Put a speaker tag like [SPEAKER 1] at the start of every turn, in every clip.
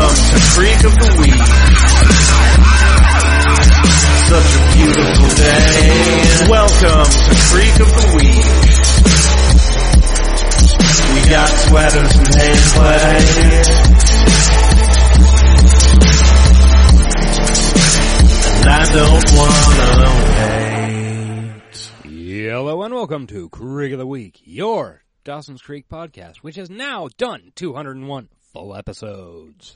[SPEAKER 1] freak of the week. Such a beautiful day. Welcome to Freak of the Week. We got sweaters and hand play. And I don't wanna wait.
[SPEAKER 2] Hello and welcome to Creek of the Week, your Dawson's Creek podcast, which has now done 201 full episodes.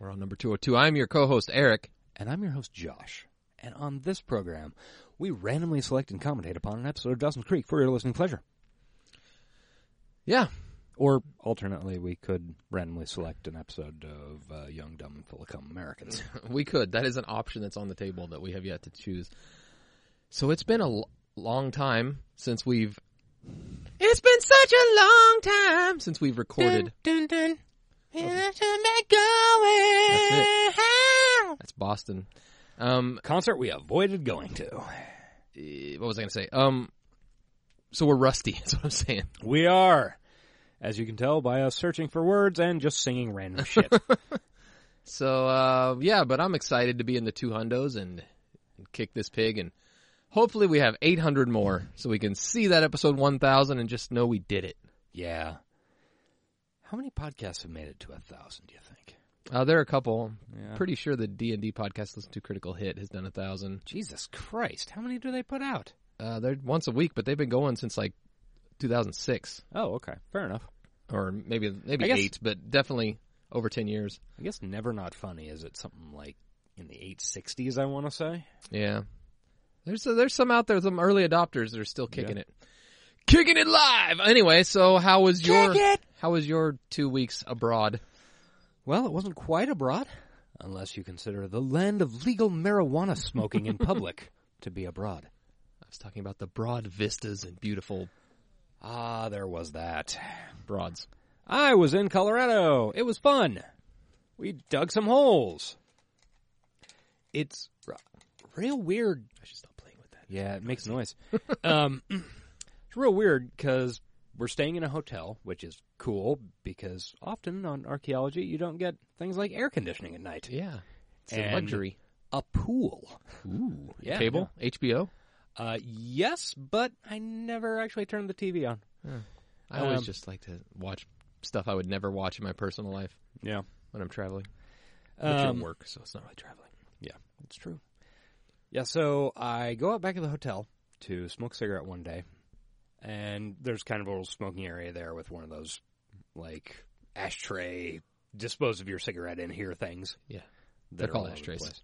[SPEAKER 3] We're on number 202. I'm your co-host, Eric.
[SPEAKER 2] And I'm your host, Josh. And on this program, we randomly select and commentate upon an episode of Dawson's Creek for your listening pleasure.
[SPEAKER 3] Yeah.
[SPEAKER 2] Or alternately, we could randomly select an episode of uh, Young, Dumb, and Full of Cum Americans.
[SPEAKER 3] We could. That is an option that's on the table that we have yet to choose. So it's been a l- long time since we've... It's been such a long time since we've recorded. That's it. That's Boston. Um,
[SPEAKER 2] Concert we avoided going to.
[SPEAKER 3] eh, what was I going to say? Um, so we're rusty, is what I'm saying.
[SPEAKER 2] We are, as you can tell by us searching for words and just singing random shit.
[SPEAKER 3] So, uh, yeah, but I'm excited to be in the two hundos and, and kick this pig and hopefully we have 800 more so we can see that episode 1000 and just know we did it.
[SPEAKER 2] Yeah. How many podcasts have made it to a thousand? Do you think?
[SPEAKER 3] Uh, there are a couple.
[SPEAKER 2] Yeah.
[SPEAKER 3] Pretty sure the D and D podcast listen to Critical Hit has done a thousand.
[SPEAKER 2] Jesus Christ! How many do they put out?
[SPEAKER 3] Uh, they're once a week, but they've been going since like 2006
[SPEAKER 2] Oh, okay, fair enough.
[SPEAKER 3] or maybe
[SPEAKER 2] I
[SPEAKER 3] maybe
[SPEAKER 2] guess-
[SPEAKER 3] eight, but definitely over 10 years.
[SPEAKER 2] I guess never not funny is it something like in the eight sixties? I want to say.
[SPEAKER 3] Yeah, there's uh, there's some out there, some early adopters that are still kicking it, kicking it live. Anyway, so how was your how was your two weeks abroad?
[SPEAKER 2] Well, it wasn't quite abroad, unless you consider the land of legal marijuana smoking in public to be abroad.
[SPEAKER 3] I was talking about the broad vistas and beautiful
[SPEAKER 2] Ah, there was that.
[SPEAKER 3] broads.
[SPEAKER 2] I was in Colorado. It was fun. We dug some holes. It's r- real weird
[SPEAKER 3] I should stop playing with that.
[SPEAKER 2] Yeah, it makes noise. um, it's real weird because we're staying in a hotel, which is cool because often on archaeology you don't get things like air conditioning at night.
[SPEAKER 3] Yeah, it's a
[SPEAKER 2] And-
[SPEAKER 3] luxury.
[SPEAKER 2] A pool.
[SPEAKER 3] Ooh,
[SPEAKER 2] Yeah,
[SPEAKER 3] cable, HBO.
[SPEAKER 2] Uh, yes, but I never actually turned the TV on.
[SPEAKER 3] I always
[SPEAKER 2] Um,
[SPEAKER 3] just like to watch stuff I would never watch in my personal life
[SPEAKER 2] Yeah,
[SPEAKER 3] when I'm traveling.
[SPEAKER 2] um,
[SPEAKER 3] at work, so it's not really traveling.
[SPEAKER 2] yeah, it's true. Yeah, so I go out back of the hotel to smoke a cigarette one day, and there's kind of a little smoking area there with one of those like ashtray dispose of your cigarette in here things.
[SPEAKER 3] Yeah.
[SPEAKER 2] that
[SPEAKER 3] They're
[SPEAKER 2] are
[SPEAKER 3] called
[SPEAKER 2] all over the
[SPEAKER 3] ashtrays.
[SPEAKER 2] place.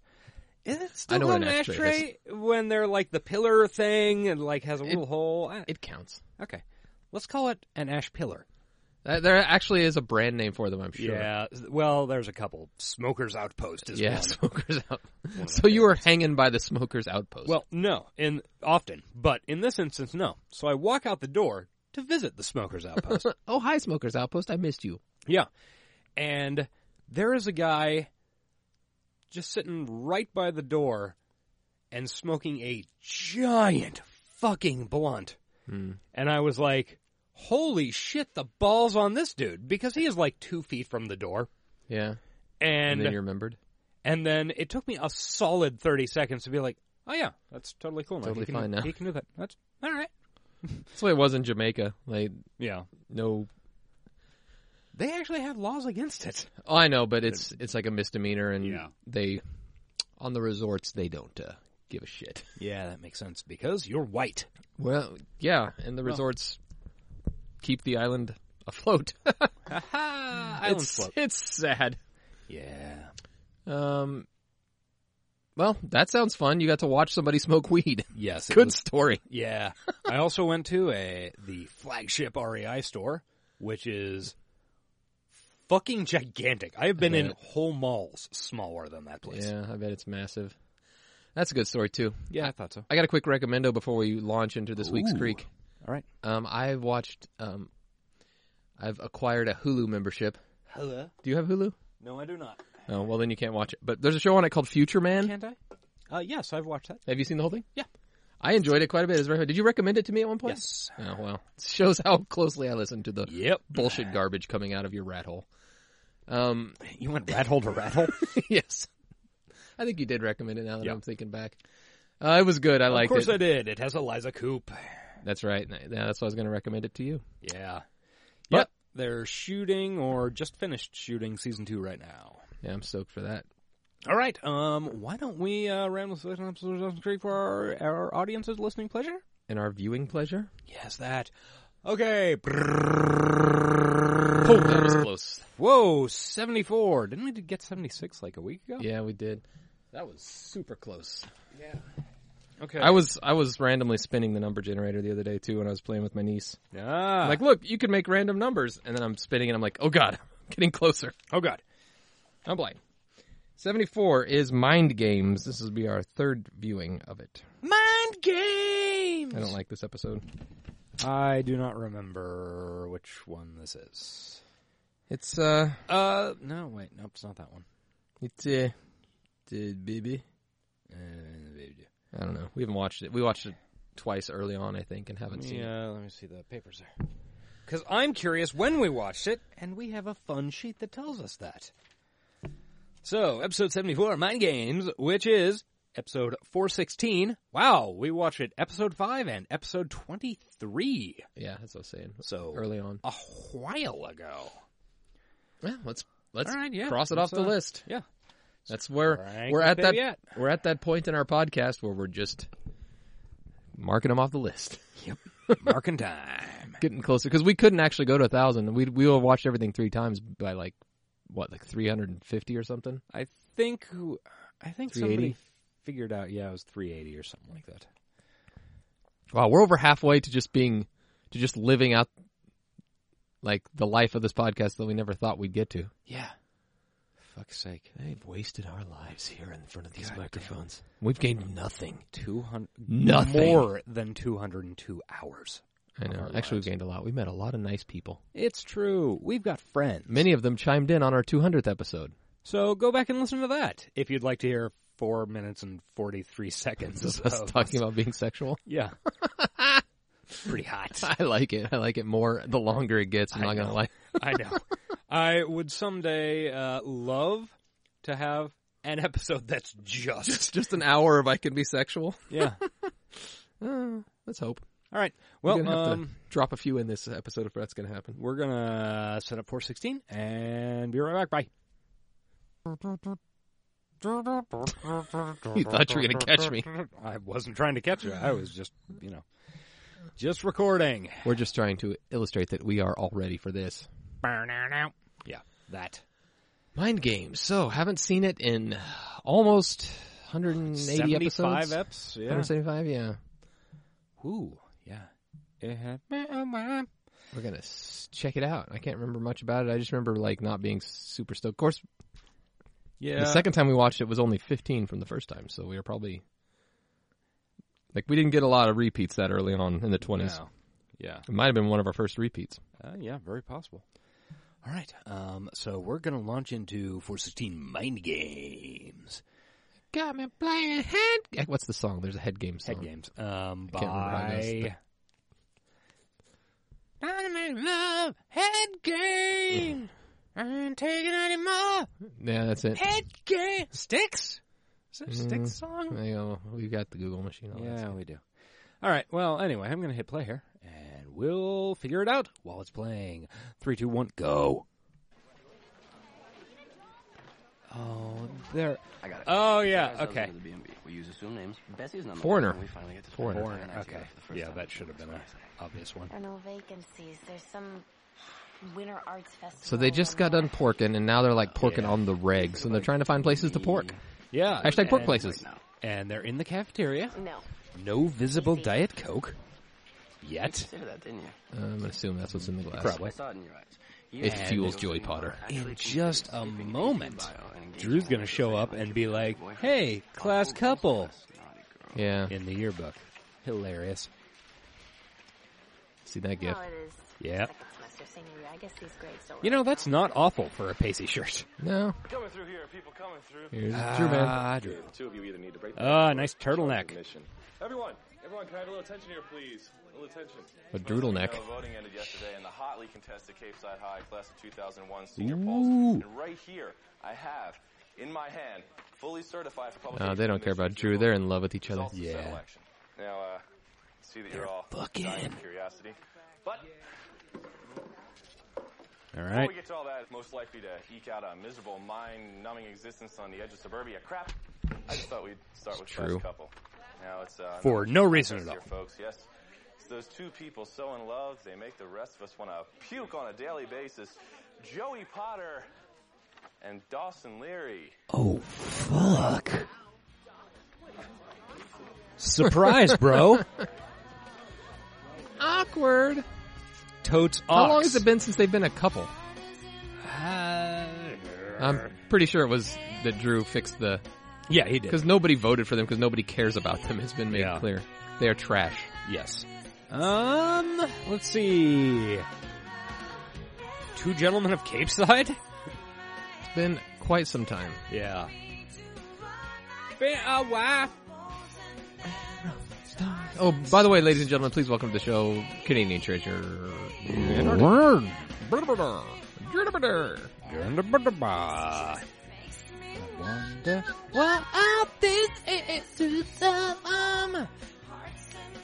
[SPEAKER 2] Is it
[SPEAKER 3] I
[SPEAKER 2] still
[SPEAKER 3] know
[SPEAKER 2] called
[SPEAKER 3] what
[SPEAKER 2] an
[SPEAKER 3] an
[SPEAKER 2] ashtray,
[SPEAKER 3] ashtray
[SPEAKER 2] when they're like the pillar thing and like has a little hole? I-
[SPEAKER 3] It counts.
[SPEAKER 2] okay, let's call it an ash pillar.
[SPEAKER 3] Uh, There actually is a brand name for them, I'm sure.
[SPEAKER 2] Yeah. Well, there's a couple. Smoker's Outpost is
[SPEAKER 3] Yeah,
[SPEAKER 2] one.
[SPEAKER 3] smokers out.
[SPEAKER 2] my
[SPEAKER 3] So you were hanging by the smokers outpost.
[SPEAKER 2] Well, no, in often, but in this instance, no. So I walk out the door to visit the smokers outpost.
[SPEAKER 3] oh hi, smokers outpost. I missed you.
[SPEAKER 2] yeah, and there is a guy just sitting right by the door and smoking a giant fucking blunt.
[SPEAKER 3] Hmm.
[SPEAKER 2] And I was like, "Holy shit, the balls on this dude!" Because he is like two feet from the door,
[SPEAKER 3] Yeah, and,
[SPEAKER 2] and uh,
[SPEAKER 3] then you remembered.
[SPEAKER 2] And then it took me a solid 30 seconds to be like, oh yeah, that's totally cool. now.
[SPEAKER 3] Totally
[SPEAKER 2] he can,
[SPEAKER 3] fine now."
[SPEAKER 2] He can do that. That's all right.
[SPEAKER 3] That's what it was in Jamaica. Like
[SPEAKER 2] Yeah.
[SPEAKER 3] no,
[SPEAKER 2] They actually have laws against it.
[SPEAKER 3] oh, I know, but it's it's like a misdemeanor, and
[SPEAKER 2] Yeah.
[SPEAKER 3] they on the resorts they don't uh, give a shit.
[SPEAKER 2] Yeah, that makes sense because you're white.
[SPEAKER 3] Well, yeah, and the resorts keep the island afloat.
[SPEAKER 2] Ha!
[SPEAKER 3] it's it's sad.
[SPEAKER 2] Yeah.
[SPEAKER 3] Um, well, that sounds fun. You got to watch somebody smoke weed.
[SPEAKER 2] Yes. it
[SPEAKER 3] Good
[SPEAKER 2] was-
[SPEAKER 3] story.
[SPEAKER 2] yeah. I also went to a the flagship REI store, which is fucking gigantic. I have been in
[SPEAKER 3] bet.
[SPEAKER 2] whole malls smaller than that place.
[SPEAKER 3] Yeah, I bet it's massive. That's a good story too.
[SPEAKER 2] Yeah, I thought so.
[SPEAKER 3] I got a quick recommendo before we launch into this week's
[SPEAKER 2] Ooh.
[SPEAKER 3] creek.
[SPEAKER 2] All right.
[SPEAKER 3] Um, I watched. Um, I've acquired a Hulu membership.
[SPEAKER 2] Hello.
[SPEAKER 3] Do you have Hulu?
[SPEAKER 2] No, I do not.
[SPEAKER 3] Oh, well then you can't watch it. But there's a show on it called Future Man.
[SPEAKER 2] Can't I? Uh, yes, I've watched that.
[SPEAKER 3] Have you seen the whole thing?
[SPEAKER 2] Yeah.
[SPEAKER 3] I enjoyed it quite a bit. It was very- Did you recommend it to me at one point?
[SPEAKER 2] Yes.
[SPEAKER 3] Oh well, it shows how closely I listen to the
[SPEAKER 2] Yep.
[SPEAKER 3] bullshit garbage coming out of your rat hole. Um,
[SPEAKER 2] You went rat hole to rat hole?
[SPEAKER 3] yes, I think you did recommend it. Now that I'm thinking back, uh, it was good. I
[SPEAKER 2] of
[SPEAKER 3] liked
[SPEAKER 2] course
[SPEAKER 3] it.
[SPEAKER 2] I did. It has Eliza Coop.
[SPEAKER 3] That's right. Yeah, that's why I was going to recommend it to you.
[SPEAKER 2] Yeah.
[SPEAKER 3] But-
[SPEAKER 2] Yep. They're shooting or just finished shooting season two right now.
[SPEAKER 3] Yeah, I'm stoked for that.
[SPEAKER 2] All right. Um, why don't we uh, ramble through an episode of Creek for our, our audience's listening pleasure?
[SPEAKER 3] And our viewing pleasure.
[SPEAKER 2] Yes, that. Okay.
[SPEAKER 3] Oh, that was close.
[SPEAKER 2] Whoa, 74. Didn't we get 76 like a week ago?
[SPEAKER 3] Yeah, we did. That was super close.
[SPEAKER 2] Okay.
[SPEAKER 3] I was I was randomly spinning the number generator the other day too when I was playing with my niece.
[SPEAKER 2] ah.
[SPEAKER 3] I'm like, look, you can make random numbers, and then I'm spinning, and I'm like, oh god, I'm getting closer.
[SPEAKER 2] oh, God.
[SPEAKER 3] I'm blind. Seventy four is Mind Games. This will be our third viewing of it.
[SPEAKER 2] Mind games!
[SPEAKER 3] I don't like this episode.
[SPEAKER 2] I do not remember which one this is.
[SPEAKER 3] It's uh,
[SPEAKER 2] Uh, no, wait, nope, it's not that one.
[SPEAKER 3] it's uh, baby.
[SPEAKER 2] Uh,
[SPEAKER 3] I don't know. We haven't watched it. We watched it twice early on, I think, and haven't seen it.
[SPEAKER 2] yeah, let me see the papers there. Because I'm curious when we watched it, and we have a fun sheet that tells us that. So, episode 74, Mind Games, which is episode 416. Wow, we watched it episode 5 and episode 23.
[SPEAKER 3] Yeah, that's what I was saying.
[SPEAKER 2] So,
[SPEAKER 3] Early on.
[SPEAKER 2] a while ago.
[SPEAKER 3] Yeah, let's let's
[SPEAKER 2] All right, yeah,
[SPEAKER 3] cross it off
[SPEAKER 2] let's,
[SPEAKER 3] the
[SPEAKER 2] uh,
[SPEAKER 3] list.
[SPEAKER 2] Yeah.
[SPEAKER 3] That's where
[SPEAKER 2] Crank
[SPEAKER 3] we're
[SPEAKER 2] the
[SPEAKER 3] at that
[SPEAKER 2] baby out.
[SPEAKER 3] we're at that point in our podcast where we're just marking them off the list,
[SPEAKER 2] Yep. Marking time.
[SPEAKER 3] getting closer because we couldn't actually go to a thousand. We we all watched everything three times by like what like three hundred and fifty or something.
[SPEAKER 2] I think who- I
[SPEAKER 3] 380?
[SPEAKER 2] think somebody figured out. Yeah, it was 380 or something like that.
[SPEAKER 3] Wow, we're over halfway to just being to just living out like the life of this podcast that we never thought we'd get to.
[SPEAKER 2] Yeah. Fuck's sake.
[SPEAKER 3] They've wasted our lives here in front of these
[SPEAKER 2] God damn.
[SPEAKER 3] microphones. We've gained nothing.
[SPEAKER 2] 200
[SPEAKER 3] Nothing.
[SPEAKER 2] more than 202 hours.
[SPEAKER 3] I know.
[SPEAKER 2] our
[SPEAKER 3] Actually,
[SPEAKER 2] lives.
[SPEAKER 3] we've gained a lot. We met a lot of nice people.
[SPEAKER 2] It's true. We've got friends.
[SPEAKER 3] Many of them chimed in on our 200th episode.
[SPEAKER 2] So go back and listen to that if you'd like to hear 4 minutes and 43 seconds
[SPEAKER 3] This is
[SPEAKER 2] of
[SPEAKER 3] us talking about being sexual.
[SPEAKER 2] Yeah. Pretty hot.
[SPEAKER 3] I like it. I like it more the longer it gets. I'm
[SPEAKER 2] I
[SPEAKER 3] not gonna
[SPEAKER 2] know.
[SPEAKER 3] lie.
[SPEAKER 2] I know. I would someday uh, love to have an episode that's just
[SPEAKER 3] Just an hour if I can be sexual.
[SPEAKER 2] yeah.
[SPEAKER 3] Uh, let's hope.
[SPEAKER 2] All right.
[SPEAKER 3] We're
[SPEAKER 2] Well,
[SPEAKER 3] gonna have
[SPEAKER 2] um,
[SPEAKER 3] to drop a few in this episode if that's gonna happen.
[SPEAKER 2] we're gonna set up 416 and be right back. Bye.
[SPEAKER 3] You thought you were gonna catch me.
[SPEAKER 2] I wasn't trying to catch you. I was just, you know, just recording.
[SPEAKER 3] We're just trying to illustrate that we are all ready for this.
[SPEAKER 2] Yeah, that
[SPEAKER 3] Mind games. So haven't seen it in almost 180
[SPEAKER 2] 75
[SPEAKER 3] episodes.
[SPEAKER 2] eps. Yeah.
[SPEAKER 3] 175. Yeah.
[SPEAKER 2] Ooh, yeah. It had me on my-
[SPEAKER 3] We're gonna s- check it out. I can't remember much about it. I just remember like not being super stoked. Of course,
[SPEAKER 2] Yeah.
[SPEAKER 3] The second time we watched it was only 15 from the first time, so we were probably like we didn't get a lot of repeats that early on in the 20s.
[SPEAKER 2] No. Yeah.
[SPEAKER 3] It might have been one of our first repeats.
[SPEAKER 2] Uh, yeah, very possible. All right. Um, so we're going to launch into 416 Mind Games.
[SPEAKER 3] Got me playing head. What's the song? There's a head game song.
[SPEAKER 2] Head Games. Um,
[SPEAKER 3] Oh. I can't remember how it goes,
[SPEAKER 2] by. I'm in love. Head Game. I ain't taking any more.
[SPEAKER 3] Yeah, that's it.
[SPEAKER 2] Head Game. Sticks? Is that a
[SPEAKER 3] Mm,
[SPEAKER 2] Sticks song?
[SPEAKER 3] There you go. We've got the Google machine.
[SPEAKER 4] Oh,
[SPEAKER 3] All
[SPEAKER 2] Yeah,
[SPEAKER 3] that.
[SPEAKER 2] we do. All right. Well, anyway, I'm going to hit play here, and we'll figure it out while it's playing. Three, two, one, go. Oh, there.
[SPEAKER 4] I got it.
[SPEAKER 2] Oh yeah.
[SPEAKER 4] Ourselves
[SPEAKER 2] Okay.
[SPEAKER 4] into the B&B. We use assumed names. Bessie's number.
[SPEAKER 3] Foreigner.
[SPEAKER 4] and We finally get to
[SPEAKER 3] Foreigner.
[SPEAKER 4] talk
[SPEAKER 2] Foreigner.
[SPEAKER 4] about it.
[SPEAKER 2] Okay.
[SPEAKER 4] For the first
[SPEAKER 2] Yeah,
[SPEAKER 4] time.
[SPEAKER 2] that should have been an obvious one.
[SPEAKER 5] There are no vacancies. There's some winter arts festival.
[SPEAKER 3] So they just got
[SPEAKER 5] over
[SPEAKER 3] done porking, and now they're like porking
[SPEAKER 2] Yeah.
[SPEAKER 3] on the regs, and they're trying to find places to pork.
[SPEAKER 2] Yeah.
[SPEAKER 3] Hashtag pork
[SPEAKER 2] and-
[SPEAKER 3] places.
[SPEAKER 4] Now,
[SPEAKER 2] And they're in the cafeteria.
[SPEAKER 5] there. No.
[SPEAKER 2] No visible Diet Coke. Yet.
[SPEAKER 4] consider that, didn't you?
[SPEAKER 3] I'm gonna assume that's what's in the glass.
[SPEAKER 2] Probably.
[SPEAKER 4] I saw it in your eyes. You
[SPEAKER 3] It
[SPEAKER 4] had
[SPEAKER 3] fuels
[SPEAKER 4] those
[SPEAKER 3] Joey
[SPEAKER 4] things
[SPEAKER 3] Potter.
[SPEAKER 4] that actually
[SPEAKER 2] In just a
[SPEAKER 4] completed
[SPEAKER 2] moment,
[SPEAKER 4] bio and engaged
[SPEAKER 2] Drew's
[SPEAKER 4] in
[SPEAKER 2] gonna
[SPEAKER 4] the
[SPEAKER 2] show up
[SPEAKER 4] family.
[SPEAKER 2] and be like,
[SPEAKER 4] Boyfriend.
[SPEAKER 2] "Hey, class couple."
[SPEAKER 4] Naughty girl.
[SPEAKER 3] Yeah.
[SPEAKER 2] In the yearbook. Hilarious.
[SPEAKER 3] See that
[SPEAKER 5] Yeah.
[SPEAKER 3] gift?
[SPEAKER 5] No, it is.
[SPEAKER 2] Yeah.
[SPEAKER 5] Second semester senior year. I guess these grades don't.
[SPEAKER 2] You know, that's not awful for a Pacey shirt.
[SPEAKER 3] No.
[SPEAKER 6] Coming through here, people coming through.
[SPEAKER 3] Here's Drew man.
[SPEAKER 2] Ah, Drew.
[SPEAKER 3] Oh,
[SPEAKER 6] The two of you either need to break.
[SPEAKER 2] Ah, nice turtleneck.
[SPEAKER 6] Mission. Everyone, Everyone, can I have a little attention here, please? A little attention.
[SPEAKER 3] A doodle neck.
[SPEAKER 6] Uh, voting ended yesterday in the hotly contested Cape Side High Class of 2001 senior polls. And right here, I have in my hand, fully certified for publication.
[SPEAKER 3] Uh, they don't care about Drew. They're in love with each other.
[SPEAKER 6] Results of said election. Now, uh, see that you're all dying of curiosity. But
[SPEAKER 7] All
[SPEAKER 6] before
[SPEAKER 7] right.
[SPEAKER 6] we get to all that, it's most likely to eke out a miserable, mind-numbing existence on the edge of suburbia. Crap. I just thought we'd start with
[SPEAKER 3] true.
[SPEAKER 6] Fast Couple. Now it's uh,
[SPEAKER 2] For no reason at
[SPEAKER 6] Yes,
[SPEAKER 2] all.
[SPEAKER 6] dear folks. Yes, it's those two people so in love they make the rest of us want to puke on a daily basis. Joey Potter and Dawson Leary.
[SPEAKER 3] Oh,
[SPEAKER 7] Fuck. Surprise, bro.
[SPEAKER 3] Awkward.
[SPEAKER 2] Totes
[SPEAKER 3] How long
[SPEAKER 2] ox.
[SPEAKER 3] has it been since they've been a couple? I'm pretty sure it was that Drew fixed the
[SPEAKER 2] Yeah, he did.
[SPEAKER 3] because nobody voted for them because nobody cares about them. Has been made
[SPEAKER 2] Yeah.
[SPEAKER 3] clear. They are trash.
[SPEAKER 2] Yes. Um, let's see. Two gentlemen of Cape Side?
[SPEAKER 3] It's been quite some time.
[SPEAKER 2] Yeah. Be a wife.
[SPEAKER 3] Oh, by the way, ladies and gentlemen, please welcome to the show Canadian Treasure.
[SPEAKER 7] Word. Wonder why all this is to some.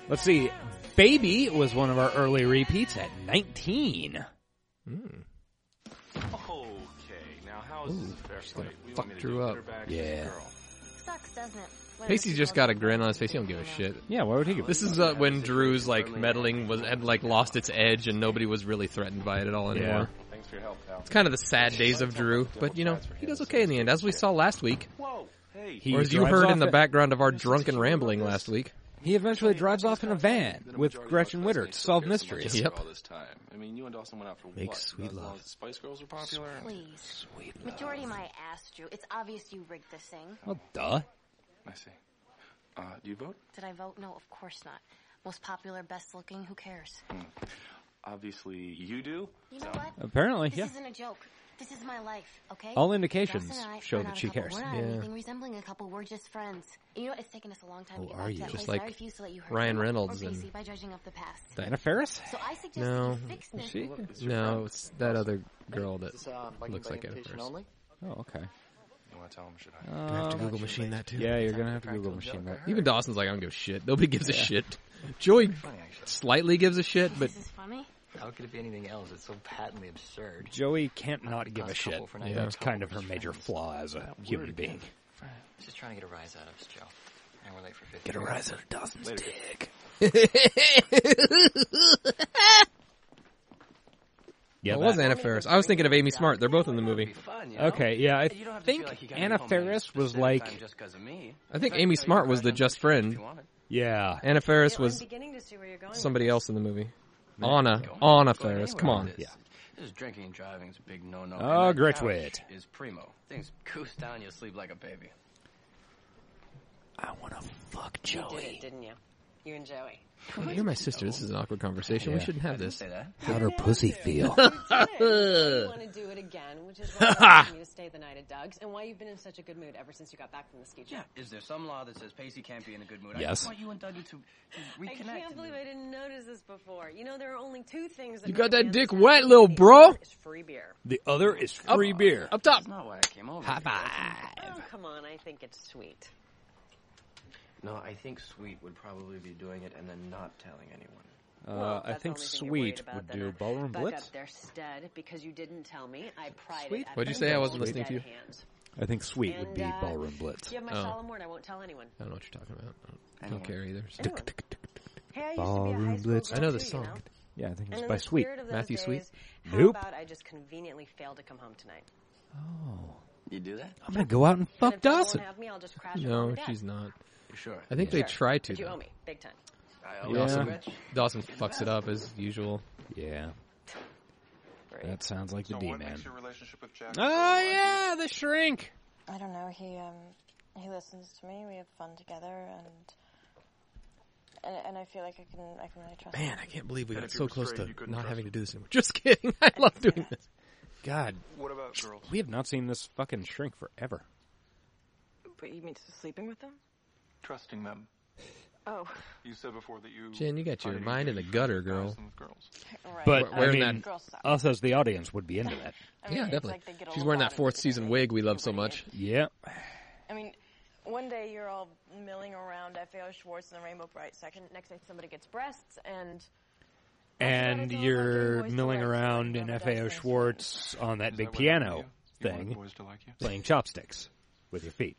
[SPEAKER 2] Let's see. Baby was one of our early repeats at 19.
[SPEAKER 3] Hmm.
[SPEAKER 6] Okay, now how is this a fair
[SPEAKER 3] gonna
[SPEAKER 6] fight? We
[SPEAKER 3] fuck
[SPEAKER 6] want me to
[SPEAKER 3] Drew
[SPEAKER 6] do
[SPEAKER 3] up.
[SPEAKER 6] quarterback,
[SPEAKER 7] Yeah.
[SPEAKER 6] girl.
[SPEAKER 5] Sucks, doesn't it? when
[SPEAKER 3] Pacey's
[SPEAKER 5] other
[SPEAKER 3] just
[SPEAKER 5] people
[SPEAKER 3] got a
[SPEAKER 5] don't
[SPEAKER 3] grin on
[SPEAKER 5] know
[SPEAKER 3] his face. He don't give a
[SPEAKER 5] you know?
[SPEAKER 3] shit.
[SPEAKER 7] Yeah, why would he give
[SPEAKER 3] This is uh, when Drew's like meddling was had like lost its edge and nobody was really threatened by it at all anymore.
[SPEAKER 6] Thanks for your help, pal.
[SPEAKER 3] It's kind of the sad days of Drew, but you know he does okay in the end, as we saw last week,
[SPEAKER 6] Whoa, hey.
[SPEAKER 2] He
[SPEAKER 3] or as you
[SPEAKER 2] drives
[SPEAKER 3] heard
[SPEAKER 2] off
[SPEAKER 3] in the
[SPEAKER 2] it-
[SPEAKER 3] background of our drunken rambling last week.
[SPEAKER 2] He eventually drives off in a van
[SPEAKER 8] Than a
[SPEAKER 2] with
[SPEAKER 8] majority of
[SPEAKER 2] Gretchen
[SPEAKER 8] us
[SPEAKER 2] Witter
[SPEAKER 8] listening
[SPEAKER 2] to
[SPEAKER 8] still
[SPEAKER 2] solve
[SPEAKER 8] care so much
[SPEAKER 2] mysteries.
[SPEAKER 8] about
[SPEAKER 3] Yep.
[SPEAKER 8] All this time. I mean, you and Dawson went out for
[SPEAKER 7] Make
[SPEAKER 8] what?
[SPEAKER 7] sweet
[SPEAKER 8] As long
[SPEAKER 7] love.
[SPEAKER 8] as the Spice Girls were popular.
[SPEAKER 5] Please. Majority of my ass, Drew. It's obvious you rigged this thing.
[SPEAKER 2] Well, Oh, duh.
[SPEAKER 8] I see. Uh, do you vote?
[SPEAKER 5] Did I vote? No, of course not. Most popular, best looking, who cares?
[SPEAKER 6] Obviously, you do.
[SPEAKER 5] You know what?
[SPEAKER 2] Apparently,
[SPEAKER 5] This
[SPEAKER 2] yeah.
[SPEAKER 5] isn't a joke. This is my life, okay?
[SPEAKER 2] All indications
[SPEAKER 5] Gus and I
[SPEAKER 2] show
[SPEAKER 5] are
[SPEAKER 2] that
[SPEAKER 5] not a
[SPEAKER 2] she
[SPEAKER 5] couple.
[SPEAKER 2] cares.
[SPEAKER 5] We're not
[SPEAKER 3] Yeah.
[SPEAKER 5] anything resembling a couple. We're just friends. And you know what? It's taken us a long time
[SPEAKER 7] Who
[SPEAKER 5] to get
[SPEAKER 7] are
[SPEAKER 5] back
[SPEAKER 7] you?
[SPEAKER 5] to that
[SPEAKER 7] Just
[SPEAKER 5] place. and I
[SPEAKER 3] like
[SPEAKER 5] refuse to let you hurt
[SPEAKER 3] Ryan
[SPEAKER 5] anyone
[SPEAKER 3] Reynolds
[SPEAKER 5] or
[SPEAKER 3] and-
[SPEAKER 5] Pacey by judging up the past.
[SPEAKER 2] Dana Ferris?
[SPEAKER 5] So I suggest
[SPEAKER 3] No.
[SPEAKER 5] that you fix this.
[SPEAKER 2] She?
[SPEAKER 3] No, it's that other girl that looks like it
[SPEAKER 9] uh, invitation
[SPEAKER 3] first.
[SPEAKER 9] only?
[SPEAKER 2] Oh, okay.
[SPEAKER 8] You want to tell them, should I?
[SPEAKER 3] Uh,
[SPEAKER 7] Do I have to Google machine that too?
[SPEAKER 2] Yeah, you're gonna
[SPEAKER 8] a
[SPEAKER 2] have to Google
[SPEAKER 8] practical
[SPEAKER 2] machine
[SPEAKER 8] joke,
[SPEAKER 2] that.
[SPEAKER 8] I
[SPEAKER 3] Oh, Even Dawson's like, I don't give a shit. Nobody gives a shit. Joey slightly gives a shit, but
[SPEAKER 5] This is funny.
[SPEAKER 9] How could it be anything else? It's so patently absurd.
[SPEAKER 2] Joey can't not give a
[SPEAKER 9] Us
[SPEAKER 2] shit.
[SPEAKER 9] couple for now,
[SPEAKER 2] Yeah.
[SPEAKER 9] us
[SPEAKER 2] That's
[SPEAKER 9] couple
[SPEAKER 2] kind of her
[SPEAKER 9] as
[SPEAKER 2] major
[SPEAKER 9] friends.
[SPEAKER 2] flaw as a human being.
[SPEAKER 9] Just trying to get a rise out of us, Joe. And we're late for 50.
[SPEAKER 7] out of Dawson's dick.
[SPEAKER 2] Yeah,
[SPEAKER 3] it was
[SPEAKER 2] that-
[SPEAKER 3] Anna Faris. I was thinking of Amy Smart. They're both in the movie.
[SPEAKER 4] Fun, you know?
[SPEAKER 2] Okay, yeah, I
[SPEAKER 4] You don't have to
[SPEAKER 2] think
[SPEAKER 4] feel like you gotta
[SPEAKER 2] Anna
[SPEAKER 4] be home by
[SPEAKER 2] Ferris
[SPEAKER 4] a
[SPEAKER 2] was
[SPEAKER 4] specific
[SPEAKER 2] like,
[SPEAKER 4] time just 'cause of me.
[SPEAKER 3] I think Amy Smart was the just friend.
[SPEAKER 2] yeah,
[SPEAKER 3] Anna Faris was
[SPEAKER 5] beginning to see where you're going.
[SPEAKER 3] somebody else in the movie. Anna, Anna Faris. Come on.
[SPEAKER 4] Yeah. This is drinking and driving is a big no-no.
[SPEAKER 2] Oh,
[SPEAKER 4] And that
[SPEAKER 2] great
[SPEAKER 4] couch
[SPEAKER 2] wit.
[SPEAKER 4] Is primo. Things goose down, you sleep like a baby.
[SPEAKER 7] I want to fuck Joey.
[SPEAKER 5] didn't you? You and Joey.
[SPEAKER 3] You're my sister. This is an awkward conversation. We shouldn't have this.
[SPEAKER 4] Say that.
[SPEAKER 7] How'd her pussy feel?
[SPEAKER 10] want to do it again, which is why I asked you to stay the night at Doug's and why you've been in such a good mood ever since you got back from the ski trip.
[SPEAKER 4] Yeah. Is there some law that says Pacey can't be in a good mood? I
[SPEAKER 7] Yes.
[SPEAKER 4] just want you and Dougie to, to
[SPEAKER 10] I
[SPEAKER 4] reconnect.
[SPEAKER 10] can't believe I didn't notice this before. You know, there are only two things that
[SPEAKER 3] You
[SPEAKER 10] hurt
[SPEAKER 3] got
[SPEAKER 10] a
[SPEAKER 3] that
[SPEAKER 10] man's
[SPEAKER 3] dick
[SPEAKER 10] time
[SPEAKER 3] wet,
[SPEAKER 10] and
[SPEAKER 3] little
[SPEAKER 10] the
[SPEAKER 3] bro.
[SPEAKER 10] other is free beer.
[SPEAKER 2] the other is free beer.
[SPEAKER 3] Up top.
[SPEAKER 4] That's not why I came over. High
[SPEAKER 10] Oh, come on. I think it's sweet.
[SPEAKER 4] No, I think Sweet would probably be doing it and then not telling anyone.
[SPEAKER 2] Uh, I
[SPEAKER 10] that's
[SPEAKER 2] think
[SPEAKER 10] the only thing you're worried
[SPEAKER 2] Sweet
[SPEAKER 10] about,
[SPEAKER 2] would
[SPEAKER 10] that
[SPEAKER 2] do
[SPEAKER 10] I
[SPEAKER 2] Ballroom
[SPEAKER 10] buck
[SPEAKER 2] Blitz.
[SPEAKER 10] up their stud because you didn't tell me. I pried
[SPEAKER 2] Sweet?
[SPEAKER 10] it. at
[SPEAKER 3] What'd you
[SPEAKER 10] the
[SPEAKER 3] say? I wasn't
[SPEAKER 10] old
[SPEAKER 3] listening to
[SPEAKER 10] dead
[SPEAKER 3] you.
[SPEAKER 10] hands.
[SPEAKER 7] I think sweet would be
[SPEAKER 10] And, uh,
[SPEAKER 7] ballroom blitz.
[SPEAKER 10] You have my
[SPEAKER 3] Oh.
[SPEAKER 10] solemn word. I won't tell anyone.
[SPEAKER 3] I don't know what you're talking about. I don't, I don't care either. Just-
[SPEAKER 10] Anyone. Hey, I used to be a high
[SPEAKER 7] Ballroom
[SPEAKER 10] school
[SPEAKER 7] Blitz.
[SPEAKER 10] girl
[SPEAKER 3] I know
[SPEAKER 10] too,
[SPEAKER 3] the
[SPEAKER 10] you
[SPEAKER 3] song.
[SPEAKER 7] Yeah, I think
[SPEAKER 10] And
[SPEAKER 7] it's
[SPEAKER 10] in
[SPEAKER 7] by
[SPEAKER 10] the
[SPEAKER 7] Sweet.
[SPEAKER 10] spirit of those
[SPEAKER 3] Matthew
[SPEAKER 10] days,
[SPEAKER 3] Sweet? Oh,
[SPEAKER 10] How
[SPEAKER 2] Nope.
[SPEAKER 10] about I just conveniently fail to come home tonight?
[SPEAKER 2] Oh,
[SPEAKER 4] You do that?
[SPEAKER 7] I'm gonna go out and
[SPEAKER 10] And
[SPEAKER 7] fuck
[SPEAKER 10] if you won't
[SPEAKER 7] Dawson.
[SPEAKER 10] have me, I'll just crash at mom
[SPEAKER 3] No,
[SPEAKER 10] and dad.
[SPEAKER 3] she's not.
[SPEAKER 4] You sure?
[SPEAKER 3] I think they try to.
[SPEAKER 10] But you owe
[SPEAKER 3] Though.
[SPEAKER 10] me big time.
[SPEAKER 4] I
[SPEAKER 2] Yeah.
[SPEAKER 4] always
[SPEAKER 3] Dawson,
[SPEAKER 4] regret-
[SPEAKER 3] Dawson fucks it up as usual.
[SPEAKER 7] Yeah,
[SPEAKER 10] Right.
[SPEAKER 7] that sounds like the
[SPEAKER 8] So
[SPEAKER 7] D
[SPEAKER 8] what
[SPEAKER 7] man.
[SPEAKER 8] makes your relationship with Jack?
[SPEAKER 3] Ah!
[SPEAKER 2] Oh yeah, the shrink.
[SPEAKER 5] I don't know. He um he listens to me. We have fun together, and and, and I feel like I can I can really trust.
[SPEAKER 3] Man, I can't believe we
[SPEAKER 8] And
[SPEAKER 3] got
[SPEAKER 8] if you
[SPEAKER 3] so
[SPEAKER 8] were
[SPEAKER 3] close
[SPEAKER 8] straight,
[SPEAKER 3] to
[SPEAKER 8] you couldn't
[SPEAKER 3] not
[SPEAKER 8] trust
[SPEAKER 3] having
[SPEAKER 8] him.
[SPEAKER 3] to do this anymore. Just kidding. I love doing this.
[SPEAKER 2] God,
[SPEAKER 8] What about girls?
[SPEAKER 2] we have not seen this fucking shrink forever.
[SPEAKER 10] But you mean sleeping with them?
[SPEAKER 8] Trusting them.
[SPEAKER 5] Oh,
[SPEAKER 8] You said before that you.
[SPEAKER 3] Jen, you got your
[SPEAKER 8] thought
[SPEAKER 3] mind in the gutter, girl.
[SPEAKER 8] comparison with girls.
[SPEAKER 5] right.
[SPEAKER 3] But,
[SPEAKER 5] right.
[SPEAKER 3] I mean,
[SPEAKER 5] Girl stuff.
[SPEAKER 2] us as the audience would be into that.
[SPEAKER 5] I mean,
[SPEAKER 3] Yeah,
[SPEAKER 5] it's
[SPEAKER 3] definitely.
[SPEAKER 5] like they get a
[SPEAKER 3] She's
[SPEAKER 5] little
[SPEAKER 3] wearing that
[SPEAKER 5] body
[SPEAKER 3] fourth
[SPEAKER 5] because
[SPEAKER 3] season
[SPEAKER 5] they-
[SPEAKER 3] wig we love so much.
[SPEAKER 2] Yeah.
[SPEAKER 5] I mean, one day you're all milling around FAO Schwartz in the Rainbow Bright section. Next day somebody gets breasts and.
[SPEAKER 2] And you're
[SPEAKER 5] boys to
[SPEAKER 2] milling
[SPEAKER 5] like you,
[SPEAKER 2] around
[SPEAKER 5] and
[SPEAKER 2] in
[SPEAKER 5] rub it up
[SPEAKER 2] FAO
[SPEAKER 5] against you.
[SPEAKER 2] Schwartz on that
[SPEAKER 8] Is
[SPEAKER 2] big
[SPEAKER 8] that what happened
[SPEAKER 2] piano
[SPEAKER 8] to you? You wanted
[SPEAKER 2] thing,
[SPEAKER 8] boys to like you.
[SPEAKER 2] playing chopsticks with your feet.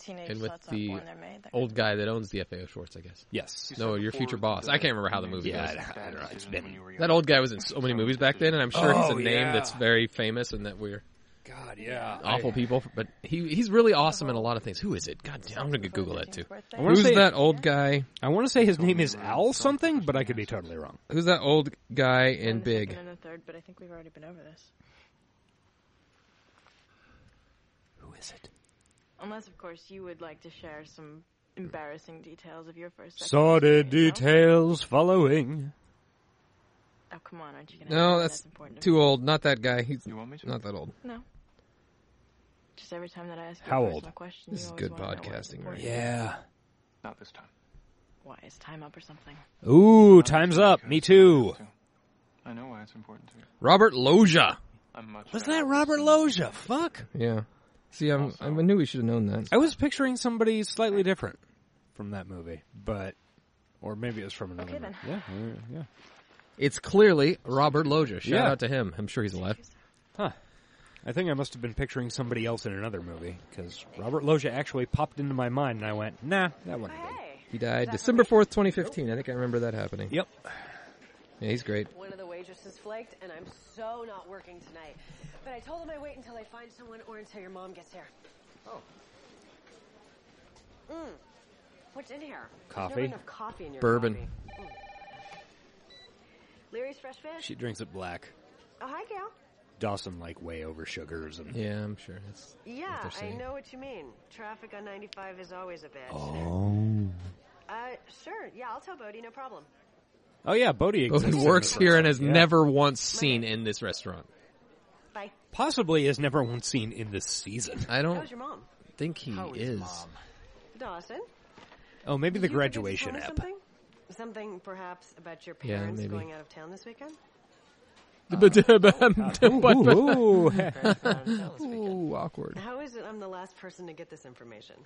[SPEAKER 5] Teenage
[SPEAKER 3] And with
[SPEAKER 5] sluts aren't
[SPEAKER 3] the
[SPEAKER 5] born, they're made. That
[SPEAKER 3] old guy that owns the FAO Schwartz, I guess.
[SPEAKER 2] Yes.
[SPEAKER 3] No,
[SPEAKER 8] said
[SPEAKER 3] your
[SPEAKER 8] before
[SPEAKER 3] future boss. I
[SPEAKER 8] that
[SPEAKER 3] can't remember how the
[SPEAKER 8] you made
[SPEAKER 3] movie
[SPEAKER 8] bad
[SPEAKER 3] goes.
[SPEAKER 8] decisions
[SPEAKER 2] I don't know, it's
[SPEAKER 8] when
[SPEAKER 2] been-
[SPEAKER 8] you were
[SPEAKER 3] That
[SPEAKER 8] younger.
[SPEAKER 3] old guy was in so many movies back then, and I'm sure he's
[SPEAKER 2] Oh,
[SPEAKER 3] a name
[SPEAKER 2] yeah.
[SPEAKER 3] that's very famous and that we're
[SPEAKER 2] God, yeah.
[SPEAKER 3] awful people. But he he's really awesome in a lot of things. Who is it? God damn, I'm going to Google that too.
[SPEAKER 5] birthday.
[SPEAKER 2] wanna
[SPEAKER 3] Who's
[SPEAKER 2] say-
[SPEAKER 3] that old guy?
[SPEAKER 2] I want to say his name is Al something, but I could be totally wrong.
[SPEAKER 3] Who's that old guy in
[SPEAKER 5] a
[SPEAKER 3] Big?
[SPEAKER 5] second And a third, but I think we've already been over this.
[SPEAKER 7] Who is it?
[SPEAKER 5] Unless, of course, you would like to share some embarrassing details of your first. second
[SPEAKER 2] Sordid
[SPEAKER 5] date, no?
[SPEAKER 2] details following.
[SPEAKER 5] Oh come on, aren't you gonna? tell
[SPEAKER 3] No,
[SPEAKER 5] me
[SPEAKER 3] that's
[SPEAKER 5] important to me?
[SPEAKER 3] too old. Not that guy. He's
[SPEAKER 8] You want me to?
[SPEAKER 3] not that old.
[SPEAKER 5] No. Just every time that I ask you
[SPEAKER 2] How
[SPEAKER 5] a
[SPEAKER 2] old?
[SPEAKER 5] personal question,
[SPEAKER 3] This
[SPEAKER 5] you
[SPEAKER 3] is
[SPEAKER 5] always
[SPEAKER 3] good
[SPEAKER 5] wanna know what's
[SPEAKER 3] podcasting,
[SPEAKER 5] important.
[SPEAKER 3] right?
[SPEAKER 2] Yeah.
[SPEAKER 8] Not this time.
[SPEAKER 5] Why is time up or something?
[SPEAKER 2] Ooh, time's up. Me too.
[SPEAKER 8] I know why it's important to you.
[SPEAKER 3] Robert Loja.
[SPEAKER 8] I'm much.
[SPEAKER 2] Was
[SPEAKER 8] better
[SPEAKER 2] that
[SPEAKER 8] at
[SPEAKER 2] Robert
[SPEAKER 8] this
[SPEAKER 2] Loja? Fuck.
[SPEAKER 3] Yeah. See, I'm,
[SPEAKER 8] Also-
[SPEAKER 3] I knew we should have known that.
[SPEAKER 2] I was picturing somebody slightly different from that movie, but or maybe it was from another.
[SPEAKER 5] Okay,
[SPEAKER 2] movie. Yeah, yeah, yeah.
[SPEAKER 3] It's clearly Robert Loja. Shout
[SPEAKER 2] Yeah.
[SPEAKER 3] out to him. I'm sure he's alive.
[SPEAKER 2] Huh. I think I must have been picturing somebody else in another movie because Robert Loja actually popped into my mind, and I went, "Nah, that wasn't it."
[SPEAKER 5] Hey,
[SPEAKER 3] He died December 4th, 2015. I think I remember that happening.
[SPEAKER 2] Yep.
[SPEAKER 3] Yeah, he's great.
[SPEAKER 10] One of the waitresses flaked, and I'm so not working tonight. But I told them I wait until I find someone or until your mom gets here.
[SPEAKER 9] Oh.
[SPEAKER 10] Mm. What's in here? There's
[SPEAKER 2] Coffee.
[SPEAKER 10] Never enough coffee in your
[SPEAKER 3] Bourbon.
[SPEAKER 10] coffee. Mm. Leary's fresh fish.
[SPEAKER 2] She drinks it black.
[SPEAKER 10] oh, hi, Gal.
[SPEAKER 2] Dawson like way over sugars and
[SPEAKER 3] Yeah, I'm sure. That's what
[SPEAKER 10] Yeah,
[SPEAKER 3] they're
[SPEAKER 10] I
[SPEAKER 3] saying.
[SPEAKER 10] know what you mean. Traffic on 95 is always a bad
[SPEAKER 7] Oh.
[SPEAKER 10] Uh, sure. Yeah, I'll tell Bodie, no problem.
[SPEAKER 2] oh yeah, Bodie
[SPEAKER 3] Oh,
[SPEAKER 2] exists
[SPEAKER 3] he
[SPEAKER 2] in
[SPEAKER 3] works
[SPEAKER 2] this
[SPEAKER 3] here and
[SPEAKER 2] restaurant.
[SPEAKER 3] has
[SPEAKER 2] Yeah.
[SPEAKER 3] never once seen in this restaurant.
[SPEAKER 10] Bye.
[SPEAKER 2] possibly is never once seen in this season.
[SPEAKER 3] I
[SPEAKER 10] How's
[SPEAKER 3] don't
[SPEAKER 10] your mom?
[SPEAKER 3] think he
[SPEAKER 9] How
[SPEAKER 3] is.
[SPEAKER 9] mom?
[SPEAKER 10] Dawson?
[SPEAKER 2] Oh, maybe the
[SPEAKER 10] you forget to tell
[SPEAKER 2] graduation
[SPEAKER 10] us
[SPEAKER 2] app.
[SPEAKER 10] Something? something perhaps about your
[SPEAKER 3] Yeah,
[SPEAKER 10] parents
[SPEAKER 3] maybe.
[SPEAKER 10] going out of town this weekend?
[SPEAKER 2] Ooh,
[SPEAKER 3] Ooh, awkward.
[SPEAKER 10] How is it I'm the last person to get this information?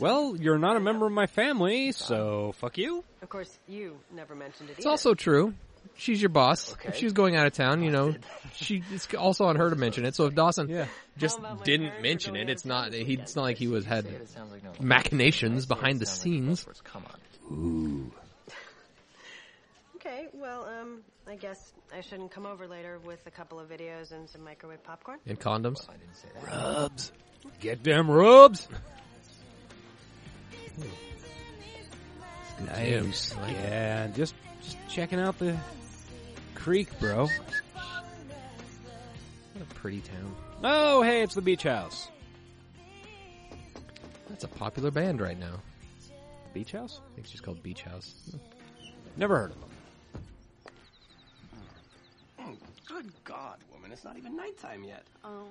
[SPEAKER 2] well, you're not a member of my family, so fuck you.
[SPEAKER 10] Of course, you never mentioned it
[SPEAKER 3] It's
[SPEAKER 10] either.
[SPEAKER 3] also true. She's your boss. If
[SPEAKER 9] Okay.
[SPEAKER 3] she's going out of town, you know, she it's also on her to mention it. So if Dawson
[SPEAKER 2] Yeah.
[SPEAKER 3] just
[SPEAKER 10] How about my parents
[SPEAKER 3] didn't
[SPEAKER 10] are
[SPEAKER 3] mention
[SPEAKER 10] going
[SPEAKER 3] it,
[SPEAKER 10] out
[SPEAKER 3] it's
[SPEAKER 10] of town
[SPEAKER 3] not.
[SPEAKER 10] this
[SPEAKER 3] He, it's not like he was had
[SPEAKER 9] Say it, it sounds like no.
[SPEAKER 3] machinations
[SPEAKER 9] Say it
[SPEAKER 3] behind the
[SPEAKER 9] sounds like
[SPEAKER 3] scenes.
[SPEAKER 9] buzzwords. Come on.
[SPEAKER 10] Okay, well, um, I guess I shouldn't come over later with a couple of videos and some microwave popcorn.
[SPEAKER 3] And condoms.
[SPEAKER 9] I didn't say that.
[SPEAKER 2] Rubs. Get them rubs. Nice. Yeah, just, just checking out the creek, bro.
[SPEAKER 3] What a pretty town.
[SPEAKER 2] Oh, hey, it's the beach house.
[SPEAKER 3] That's a popular band right now.
[SPEAKER 2] Beach house?
[SPEAKER 3] I think she's called Beach House.
[SPEAKER 2] Never heard of them.
[SPEAKER 9] Good God, woman! It's not even nighttime yet.
[SPEAKER 5] Oh,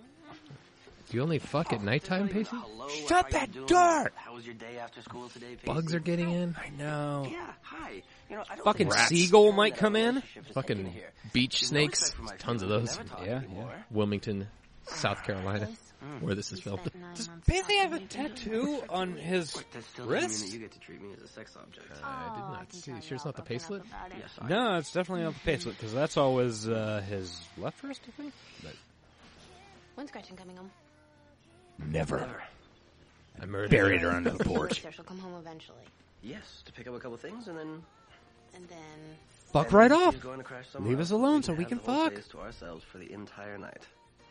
[SPEAKER 3] Do you only fuck
[SPEAKER 4] Oh.
[SPEAKER 3] at nighttime, Pacey?
[SPEAKER 2] Shut that door!
[SPEAKER 9] How was your day after school today, Pacey?
[SPEAKER 3] Bugs are getting in.
[SPEAKER 2] I know.
[SPEAKER 9] Yeah, hi. You know, I don't
[SPEAKER 2] Fucking
[SPEAKER 9] think that's
[SPEAKER 2] seagull
[SPEAKER 9] the term
[SPEAKER 2] might
[SPEAKER 9] that
[SPEAKER 2] come
[SPEAKER 9] our
[SPEAKER 2] in.
[SPEAKER 9] relationship is
[SPEAKER 3] Fucking
[SPEAKER 9] taking here.
[SPEAKER 3] beach
[SPEAKER 9] There's no
[SPEAKER 3] snakes.
[SPEAKER 9] respect for my
[SPEAKER 3] Tons of
[SPEAKER 9] feelings.
[SPEAKER 3] those.
[SPEAKER 9] Never talk
[SPEAKER 2] Yeah,
[SPEAKER 9] anymore.
[SPEAKER 3] Wilmington, South Carolina, where this is filmed.
[SPEAKER 2] Does Paisley have a tattoo on his
[SPEAKER 9] That still doesn't mean that
[SPEAKER 2] wrist?
[SPEAKER 9] you get to treat me as a sex object.
[SPEAKER 5] Oh,
[SPEAKER 3] I did not see. Sure, it's not the pacelet.
[SPEAKER 9] yes, I
[SPEAKER 2] Uh, No, it's definitely not the paisley because that's always uh, his left wrist, I think.
[SPEAKER 11] When's Gretchen coming home?
[SPEAKER 2] Never.
[SPEAKER 3] I murdered
[SPEAKER 2] Buried her under the porch.
[SPEAKER 11] She'll come home eventually.
[SPEAKER 9] Yes, to pick up a couple things and then
[SPEAKER 11] And then
[SPEAKER 2] Fuck
[SPEAKER 9] and
[SPEAKER 2] right
[SPEAKER 9] then she's
[SPEAKER 2] off.
[SPEAKER 9] going to crash somewhere
[SPEAKER 2] Leave us
[SPEAKER 9] else and
[SPEAKER 2] alone so
[SPEAKER 9] can
[SPEAKER 2] we
[SPEAKER 9] have
[SPEAKER 2] can
[SPEAKER 9] the whole
[SPEAKER 2] fuck.
[SPEAKER 9] place to ourselves for the entire night,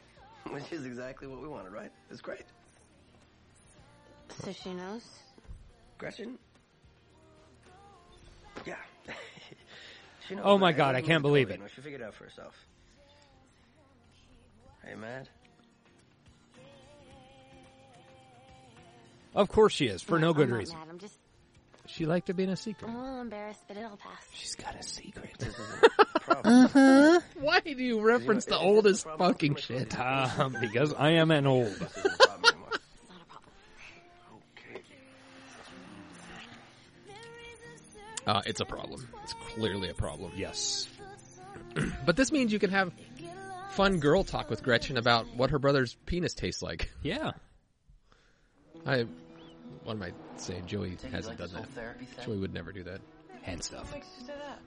[SPEAKER 9] which is exactly what we wanted, right? It's great,
[SPEAKER 11] so she knows.
[SPEAKER 9] Gretchen. Yeah. She knows,
[SPEAKER 2] Oh my
[SPEAKER 9] right?
[SPEAKER 2] God,
[SPEAKER 9] Wasn't
[SPEAKER 2] I can't
[SPEAKER 9] really
[SPEAKER 2] believe
[SPEAKER 9] cool,
[SPEAKER 2] it.
[SPEAKER 9] You know, she figured it out for herself. Are you mad?
[SPEAKER 2] Of course she is, for no
[SPEAKER 11] I'm
[SPEAKER 2] good
[SPEAKER 11] not
[SPEAKER 2] reason.
[SPEAKER 11] Mad. I'm just
[SPEAKER 3] She liked it being a secret.
[SPEAKER 11] I'm a little embarrassed, but it'll pass.
[SPEAKER 7] She's got a secret.
[SPEAKER 9] This isn't a problem.
[SPEAKER 3] Why do you reference the oldest fucking shit?
[SPEAKER 2] Um, because I am an old.
[SPEAKER 9] This isn't a problem anymore.
[SPEAKER 11] It's not a problem.
[SPEAKER 9] Okay.
[SPEAKER 3] Uh, it's a problem. It's clearly a problem.
[SPEAKER 2] Yes.
[SPEAKER 3] but this means you can have fun girl talk with Gretchen about what her brother's penis tastes like.
[SPEAKER 2] Yeah.
[SPEAKER 3] I. What am I saying? Joey
[SPEAKER 4] Think you
[SPEAKER 3] hasn't
[SPEAKER 4] like this
[SPEAKER 3] done
[SPEAKER 4] whole
[SPEAKER 3] that.
[SPEAKER 4] therapy thing?
[SPEAKER 3] Joey would never do that.
[SPEAKER 2] Hand stuff.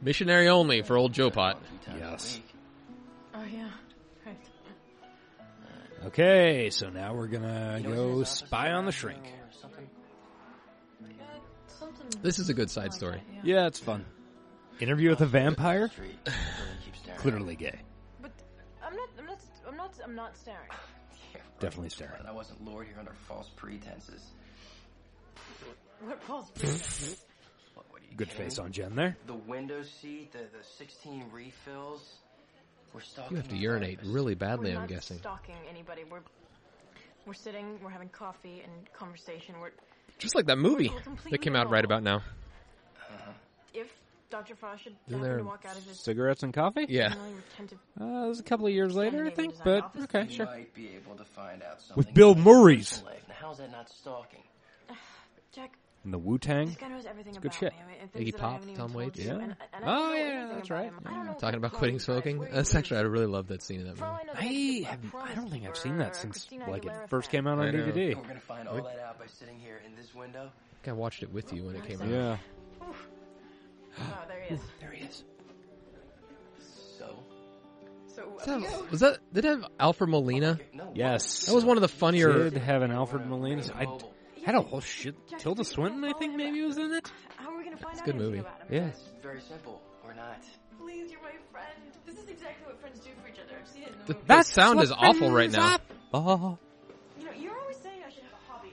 [SPEAKER 3] Missionary only for old Joe Pot.
[SPEAKER 2] Yes.
[SPEAKER 5] Oh yeah, right.
[SPEAKER 2] Okay, so now we're gonna
[SPEAKER 4] You know what's in
[SPEAKER 2] go
[SPEAKER 4] his office
[SPEAKER 2] spy
[SPEAKER 4] right
[SPEAKER 2] on the
[SPEAKER 4] now,
[SPEAKER 2] shrink.
[SPEAKER 4] or something?
[SPEAKER 3] This is a good side story.
[SPEAKER 2] Yeah, it's fun. Interview with a vampire?
[SPEAKER 4] staring.
[SPEAKER 2] Clearly gay.
[SPEAKER 5] But I'm not. I'm not. I'm not. I'm not staring.
[SPEAKER 2] Definitely staring.
[SPEAKER 4] I wasn't lured here under false pretenses.
[SPEAKER 5] What false pretenses?
[SPEAKER 2] Good face on Jen there.
[SPEAKER 4] The window seat, the, the 16 refills. We're stalking.
[SPEAKER 3] You have to
[SPEAKER 4] the
[SPEAKER 3] urinate
[SPEAKER 4] therapist.
[SPEAKER 3] really badly,
[SPEAKER 5] we're
[SPEAKER 3] I'm
[SPEAKER 5] not
[SPEAKER 3] guessing.
[SPEAKER 5] stalking anybody. We're we're sitting. We're having coffee and conversation. We're
[SPEAKER 3] Just like that movie
[SPEAKER 5] We're completely
[SPEAKER 3] that came out right
[SPEAKER 5] normal.
[SPEAKER 3] about now.
[SPEAKER 5] if Dr. Frost should
[SPEAKER 3] Isn't
[SPEAKER 5] happen
[SPEAKER 3] there
[SPEAKER 5] to walk out of his
[SPEAKER 2] Cigarettes and coffee?
[SPEAKER 3] Yeah.
[SPEAKER 5] family, we tend to
[SPEAKER 2] Uh, it was a couple of years later, I think, but okay,
[SPEAKER 4] You
[SPEAKER 2] sure.
[SPEAKER 4] might be able to find out something.
[SPEAKER 2] With Bill
[SPEAKER 4] about his
[SPEAKER 2] Murray's.
[SPEAKER 4] personal life. Now, how's that not stalking?
[SPEAKER 5] Jack.
[SPEAKER 2] And the Wu Tang.
[SPEAKER 5] This guy knows everything
[SPEAKER 2] It's good
[SPEAKER 5] about
[SPEAKER 2] shit.
[SPEAKER 5] me. I mean, and things
[SPEAKER 3] Iggy
[SPEAKER 5] that I
[SPEAKER 3] Pop,
[SPEAKER 5] haven't even
[SPEAKER 3] Tom
[SPEAKER 5] told
[SPEAKER 3] Waits.
[SPEAKER 5] you,
[SPEAKER 2] Yeah.
[SPEAKER 5] and- and I
[SPEAKER 2] Oh,
[SPEAKER 5] know
[SPEAKER 2] yeah,
[SPEAKER 5] everything
[SPEAKER 2] that's
[SPEAKER 5] about
[SPEAKER 2] right.
[SPEAKER 5] him. I don't know
[SPEAKER 3] Talking about
[SPEAKER 5] who
[SPEAKER 3] quitting
[SPEAKER 5] Chloe is,
[SPEAKER 3] smoking.
[SPEAKER 5] where he
[SPEAKER 3] That's actually, I
[SPEAKER 5] lives.
[SPEAKER 3] really love that scene in that
[SPEAKER 5] For all
[SPEAKER 3] movie.
[SPEAKER 5] I know, they could
[SPEAKER 2] I
[SPEAKER 5] be a
[SPEAKER 2] have, I
[SPEAKER 5] promise
[SPEAKER 2] don't think
[SPEAKER 5] keeper
[SPEAKER 2] I've seen that
[SPEAKER 5] or
[SPEAKER 2] since
[SPEAKER 5] Christina
[SPEAKER 2] like it
[SPEAKER 5] Aguilera
[SPEAKER 2] first
[SPEAKER 5] fan.
[SPEAKER 2] came out on
[SPEAKER 3] I know.
[SPEAKER 2] DVD.
[SPEAKER 4] We're gonna find all that out by sitting here in this window.
[SPEAKER 3] I think I watched it with you when it came out.
[SPEAKER 2] Yeah.
[SPEAKER 5] Oh, there he is.
[SPEAKER 7] There he is.
[SPEAKER 4] So.
[SPEAKER 5] So
[SPEAKER 3] Was
[SPEAKER 5] uh,
[SPEAKER 3] that, was that did it have Alfred Molina?
[SPEAKER 4] No.
[SPEAKER 2] Yes.
[SPEAKER 3] That was one of the funnier.
[SPEAKER 2] Did have an Alfred Molina. I d- had a whole shit. Tilda Swinton, I think, maybe was in it.
[SPEAKER 5] how are we gonna find out
[SPEAKER 3] a good
[SPEAKER 5] anything
[SPEAKER 3] movie.
[SPEAKER 5] about him?
[SPEAKER 2] Yeah.
[SPEAKER 4] It's very simple. We're not.
[SPEAKER 5] Please, you're my friend. This is exactly what friends do for each other. I've seen it in the
[SPEAKER 3] Th-
[SPEAKER 5] movie.
[SPEAKER 3] that sound is awful right now.
[SPEAKER 2] Oh.
[SPEAKER 5] You know, you're always saying I should have a hobby.